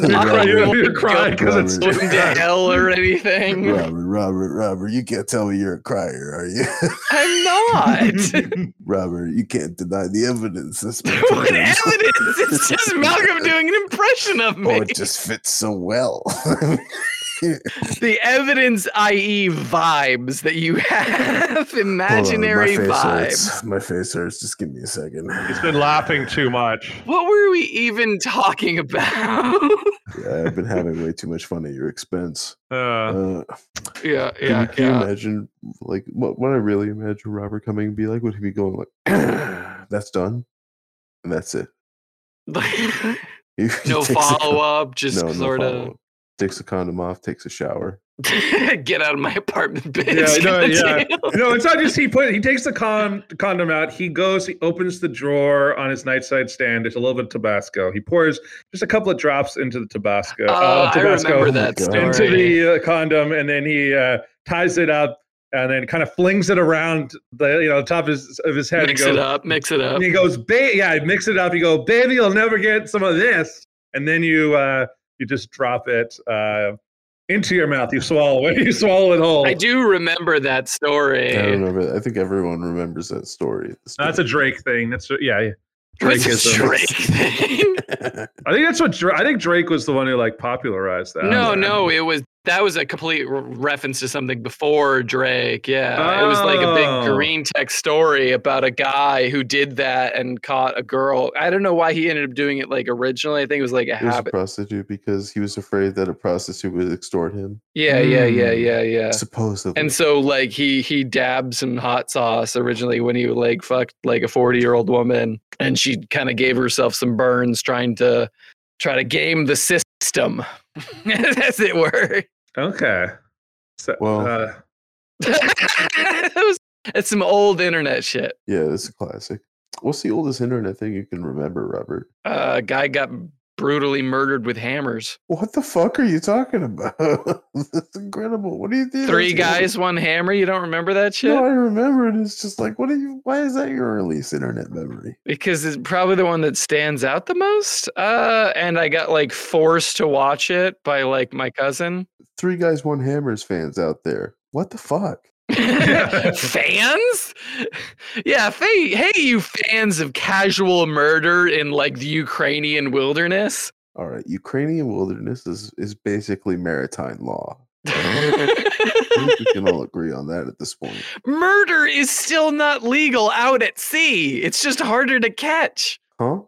Speaker 2: You cry-
Speaker 3: Robert.
Speaker 2: you cry because it's so
Speaker 1: Robert.
Speaker 3: Going to
Speaker 2: good.
Speaker 3: hell or anything?
Speaker 1: Robert, Robert, Robert, you can't tell me you're a crier, are you?
Speaker 3: I'm not.
Speaker 1: Robert, you can't deny the evidence. That's been
Speaker 3: what
Speaker 1: proven.
Speaker 3: evidence? It's just Malcolm doing an impression of me.
Speaker 1: Oh, it just fits so well.
Speaker 3: the evidence, i.e., vibes that you have, imaginary
Speaker 1: Hold on, my
Speaker 3: vibes.
Speaker 1: face hurts. My face hurts. Just give me a second.
Speaker 2: He's been laughing too much.
Speaker 3: What were we even talking about?
Speaker 1: Yeah, I've been having way too much fun at your expense.
Speaker 2: Uh,
Speaker 1: Uh,
Speaker 3: yeah,
Speaker 1: can you, can you imagine, like, what, what I really imagine Robert coming and be like? Would he be going like, "That's done, and that's it."
Speaker 3: yeah.
Speaker 1: He- he
Speaker 3: no
Speaker 1: takes a
Speaker 3: follow
Speaker 1: con-
Speaker 3: up, just
Speaker 1: no, no
Speaker 3: sort of
Speaker 1: follow-up. Takes a condom off, takes a shower.
Speaker 3: get out of my apartment,
Speaker 2: Yeah,
Speaker 3: bitch.
Speaker 2: no, yeah.
Speaker 3: Goddamn.
Speaker 2: no, it's not just he put. He takes the con, condom out. He goes. He opens the drawer on his nightside stand. There's a little bit of Tabasco. He pours just a couple of drops into the Tabasco.
Speaker 3: Uh,
Speaker 2: of
Speaker 3: I
Speaker 2: Tabasco
Speaker 3: remember
Speaker 1: Oh my
Speaker 3: that
Speaker 1: God.
Speaker 3: story.
Speaker 1: Into
Speaker 2: into the uh, condom, and then he uh, ties it up, and then kind of flings it around the you know top of his, of his head.
Speaker 3: mix
Speaker 2: and
Speaker 3: it
Speaker 2: goes,
Speaker 3: up, mix it up.
Speaker 2: And he goes, ba- yeah, I mix it up. You go, baby, you'll never get some of this. And then you uh, you just drop it uh, into your mouth. You swallow it. You swallow it whole.
Speaker 3: I do remember that
Speaker 1: I don't
Speaker 3: story.
Speaker 1: remember. I think everyone remembers that story. at this
Speaker 2: That's a
Speaker 1: point.
Speaker 2: Drake thing. That's yeah. yeah.
Speaker 3: It's a
Speaker 2: Drakeism.
Speaker 3: Drake thing.
Speaker 2: I think that's what Dra- I think Drake was the one who like popularized that.
Speaker 3: No, no, it was that was a complete r- reference to something before Drake. Yeah, it was like a
Speaker 2: Oh.
Speaker 3: big green tech story about a guy who did that and caught a girl. I don't know why he ended up doing it like originally. I think it was like a
Speaker 1: He was a
Speaker 3: habit.
Speaker 1: prostitute because he was afraid that a prostitute would extort him.
Speaker 3: Yeah, yeah, yeah,
Speaker 2: Mm.
Speaker 3: yeah, yeah.
Speaker 1: Supposedly.
Speaker 3: And so like he he dabbed some hot sauce originally when he like fucked like a 40 year old woman and she kind of gave herself some burns trying to try to game the system as it were.
Speaker 2: Okay. So,
Speaker 1: Well-
Speaker 2: uh,
Speaker 3: That was- That's some old internet shit.
Speaker 1: yeah, that's a classic. What's the oldest internet thing you can remember, Robert?
Speaker 3: Uh guy got brutally murdered with hammers.
Speaker 1: What the fuck are you talking about? that's incredible. What do you think?
Speaker 3: Three
Speaker 1: Mm, that's
Speaker 3: guys,
Speaker 1: old?
Speaker 3: one hammer. You don't remember that shit?
Speaker 1: No, I remember it. It's just like, what are you? Why is that your least internet memory?
Speaker 3: because it's probably the one that stands out the most. Uh and I got like forced to watch it by like my cousin.
Speaker 1: Three guys, one hammers fans out there. What the fuck?
Speaker 3: fans? Yeah, fa- hey, you fans of casual murder in like the Ukrainian wilderness.
Speaker 1: All right, Ukrainian wilderness is is basically maritime law. I think we can all agree on that at this point.
Speaker 3: murder is still not legal out at sea. It's just harder to catch.
Speaker 1: Huh?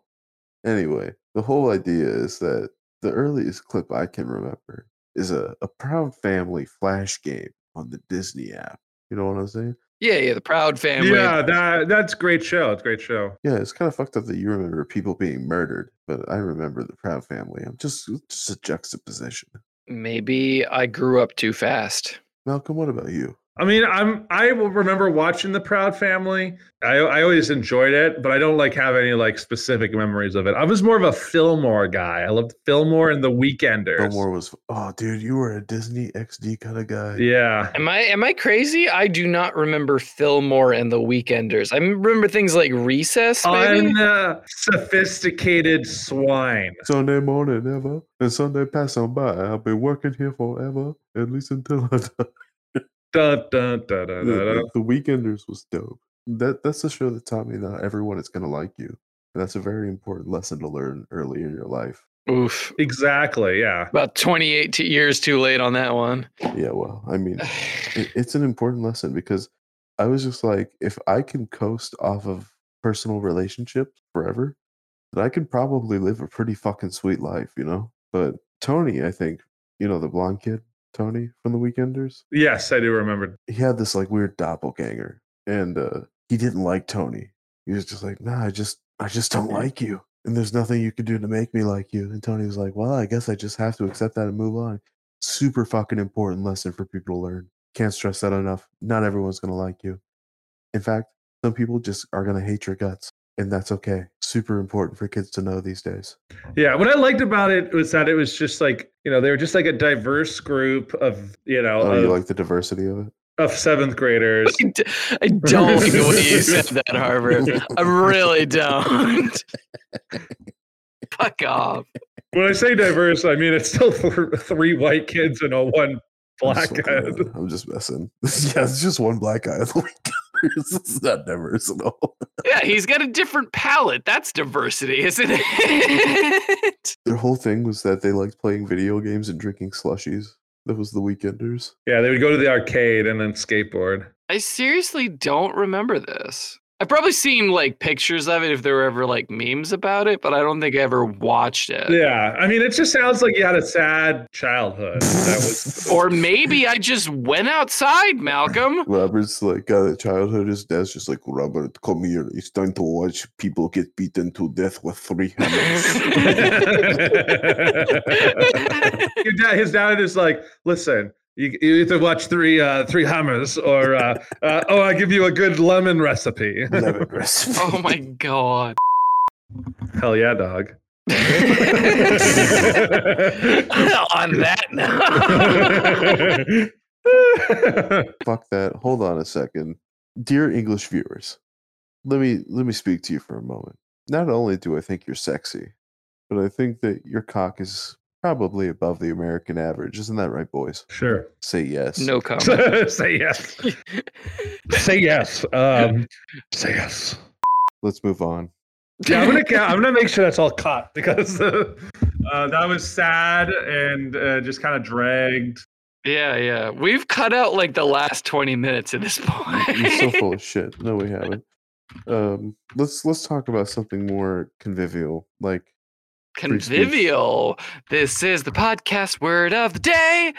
Speaker 1: Anyway, the whole idea is that the earliest clip I can remember is a, a Proud Family flash game on the Disney app. You know what I'm saying?
Speaker 3: Yeah, yeah, the Proud Family.
Speaker 2: yeah, that that's great show. It's a great show.
Speaker 1: Yeah, it's kind of fucked up that you remember people being murdered, but I remember the Proud Family. I'm just it's just a juxtaposition.
Speaker 3: Maybe I grew up too fast.
Speaker 1: Malcolm, what about you?
Speaker 2: I mean, I'm I will remember watching The Proud Family. I I always enjoyed it, but I don't like have any like specific memories of it. I was more of a Fillmore guy. I loved Fillmore and The Weekenders.
Speaker 1: Fillmore was oh dude, you were a Disney XD kind of guy.
Speaker 2: Yeah.
Speaker 3: Am I am I crazy? I do not remember Fillmore and the Weekenders. I remember things like Recess. Maybe?
Speaker 2: Unsophisticated uh, swine.
Speaker 1: Sunday morning ever, and Sunday pass on by. I'll be working here forever, at least until I die.
Speaker 2: Dun, dun, dun, dun,
Speaker 1: the,
Speaker 2: dun, dun.
Speaker 1: the- the Weekenders was dope. That that's the show that taught me that everyone is gonna like you. And that's a very important lesson to learn early in your life.
Speaker 3: Oof.
Speaker 2: Exactly. Yeah.
Speaker 3: About 28 t- years too late on that one.
Speaker 1: Yeah, well, I mean, it, it's an important lesson because I was just like, if I can coast off of personal relationships forever, then I could probably live a pretty fucking sweet life, you know? But Tony, I think, you know, the blonde kid, Tony from The Weekenders,
Speaker 2: Yes, I do remember.
Speaker 1: he had this like weird doppelganger and uh, he didn't like Tony. He was just like, nah, I just, I just
Speaker 3: Mm-hmm.
Speaker 1: don't like you. And there's nothing you could do to make me like you. And Tony was like, well, I guess I just have to accept that and move on. Super fucking important lesson for people to learn. Can't stress that enough. Not everyone's going to like you. In fact, some people just are going to hate your guts. And that's okay. Super important for kids to know these days.
Speaker 2: Yeah. What I liked about it was that it was just like, you know, they were just like a diverse group of, you know,
Speaker 1: Oh,
Speaker 2: of,
Speaker 1: you
Speaker 3: uh
Speaker 1: like the diversity of it?
Speaker 2: of seventh graders.
Speaker 3: I d- I don't believe you said that, Harvard. I really don't. Fuck off.
Speaker 2: When I say diverse, I mean, it's still th- three white kids and a one
Speaker 1: I'm
Speaker 2: black
Speaker 1: just
Speaker 2: guy.
Speaker 1: fucking around. I'm just messing. yeah, it's just one black Oh guy. it's not diverse at all.
Speaker 3: Yeah, he's got a different palette. That's diversity, isn't it?
Speaker 1: Their whole thing was that they liked playing video games and drinking slushies. That was the Weekenders.
Speaker 2: Yeah. They would go to the arcade and then skateboard.
Speaker 3: I seriously don't remember this. I've probably seen like pictures of it if there were ever like memes about it, but I don't think I ever watched it.
Speaker 2: Yeah. I mean, it just sounds like you had a sad childhood. That was.
Speaker 3: Or maybe I just went outside, Malcolm.
Speaker 1: Robert's like got a childhood. His dad's just like, Robert, come here. It's time to watch people get beaten to death with three hammers.
Speaker 2: Your dad, his dad is like, listen, you, you either watch three uh, three hammers or uh, uh, oh, I give you a good lemon recipe.
Speaker 1: Lemon recipe.
Speaker 3: oh my god.
Speaker 2: Hell yeah, dog.
Speaker 3: On that note.
Speaker 1: Fuck that. Hold on a second. Dear English viewers, let me let me speak to you for a moment. Not only do I think you're sexy, but I think that your cock is probably above the American average. Isn't that right, boys?
Speaker 2: sure.
Speaker 1: Say yes.
Speaker 3: no comment.
Speaker 2: say yes. Say yes. Um, say yes.
Speaker 1: Let's move on.
Speaker 2: Yeah, I'm gonna ca- I'm gonna make sure that's all cut because uh, uh, that was sad and uh, just kind of dragged.
Speaker 3: Yeah, yeah. We've cut out like the last 20 minutes at this
Speaker 1: You're so
Speaker 3: point.
Speaker 1: full of shit. No, we haven't. Um, let's let's talk about something more convivial, like free speech.
Speaker 3: Convivial. This is the podcast word of the day.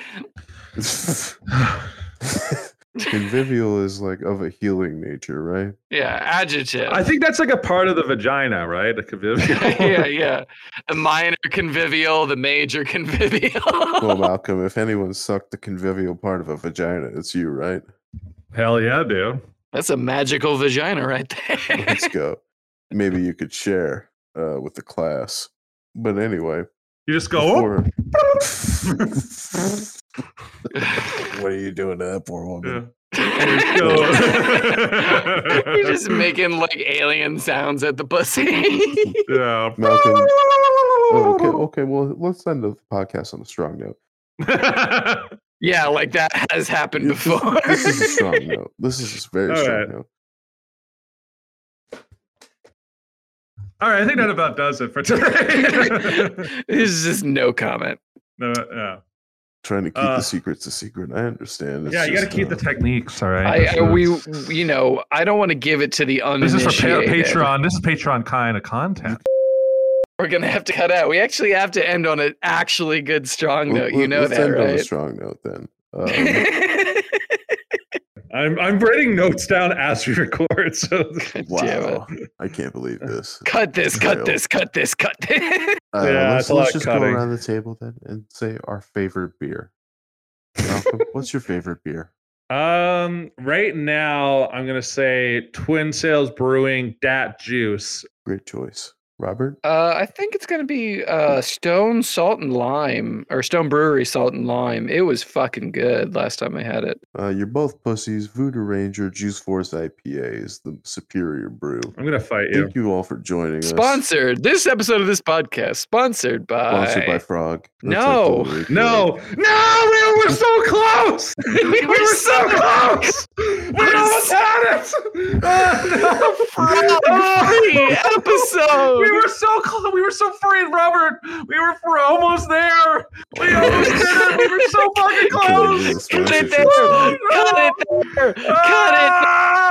Speaker 1: convivial is like of a healing nature, right?
Speaker 3: Yeah, adjective.
Speaker 2: I think that's like a part of the vagina, right? The convivial.
Speaker 3: yeah, yeah. The minor convivial, the major convivial.
Speaker 1: Well, Malcolm, if anyone sucked the convivial part of a vagina, it's you, right?
Speaker 2: Hell yeah, dude.
Speaker 3: That's a magical vagina right there.
Speaker 1: Let's go. Maybe you could share uh, with the class. But anyway,
Speaker 2: You just go.
Speaker 1: before- what are you doing to that poor
Speaker 2: "Oh." Yeah.
Speaker 1: woman?
Speaker 2: go.
Speaker 3: You're just making like alien sounds at the pussy.
Speaker 2: Yeah.
Speaker 1: Malcolm. Oh, okay, okay. Well, let's end the podcast on a strong note.
Speaker 3: yeah, like that has happened
Speaker 1: This is-
Speaker 3: before.
Speaker 1: This is a strong note. This is a very
Speaker 2: All
Speaker 1: strong
Speaker 2: right.
Speaker 1: note.
Speaker 2: All right, I think that about does it for today.
Speaker 3: this is just no comment.
Speaker 2: no, yeah.
Speaker 1: Trying to keep
Speaker 2: Uh,
Speaker 1: the secrets a secret. I understand. It's
Speaker 2: yeah, you got to
Speaker 1: just,
Speaker 2: keep
Speaker 1: uh,
Speaker 2: the techniques, all right?
Speaker 3: I, I we you know I don't want to give it to the
Speaker 2: this is
Speaker 3: uninitiated.
Speaker 2: for pa- Patreon. This is Patreon kind of content.
Speaker 3: We're gonna have to cut out. We actually have to end on an actually good strong note. You know
Speaker 1: let's
Speaker 3: that,
Speaker 1: end on a
Speaker 3: right?
Speaker 1: strong note then. Um,
Speaker 2: I'm I'm writing notes down as we record. So
Speaker 3: Damn it.
Speaker 1: wow, I can't believe this.
Speaker 3: Cut this, cut
Speaker 1: Fail.
Speaker 3: this, cut this, cut this.
Speaker 1: Uh,
Speaker 2: Yeah,
Speaker 1: let's
Speaker 2: it's a lot
Speaker 1: let's
Speaker 2: of
Speaker 1: just go
Speaker 2: cutting.
Speaker 1: around the table then and say our favorite beer. Malcolm, what's your favorite beer?
Speaker 2: um, right now I'm gonna say Twin Sales Brewing Dat Juice.
Speaker 1: Great choice, Robert.
Speaker 3: Uh, I think it's gonna be uh, Stone Salt and Lime or Stone Brewery Salt and Lime. It was fucking good last time I had it.
Speaker 1: Uh, you're both pussies. Voodoo Ranger Juice Force IPA is the superior brew.
Speaker 2: I'm gonna fight you.
Speaker 1: Thank you all for joining us.
Speaker 3: Sponsored this episode of this podcast. Sponsored by.
Speaker 1: Sponsored by Frog.
Speaker 3: No.
Speaker 1: our totally
Speaker 2: No, no, we were so close. we were so close. We almost had it. Oh, no.
Speaker 3: Frog! episode.
Speaker 2: We were so close. We were so free, Robert. We were for almost there. We almost did it. We were so fucking
Speaker 1: Killing
Speaker 2: close.
Speaker 1: Jesus
Speaker 3: Cut it
Speaker 1: Christ,
Speaker 3: there.
Speaker 1: it's-
Speaker 3: Cut it there. Cut it.
Speaker 2: Ah!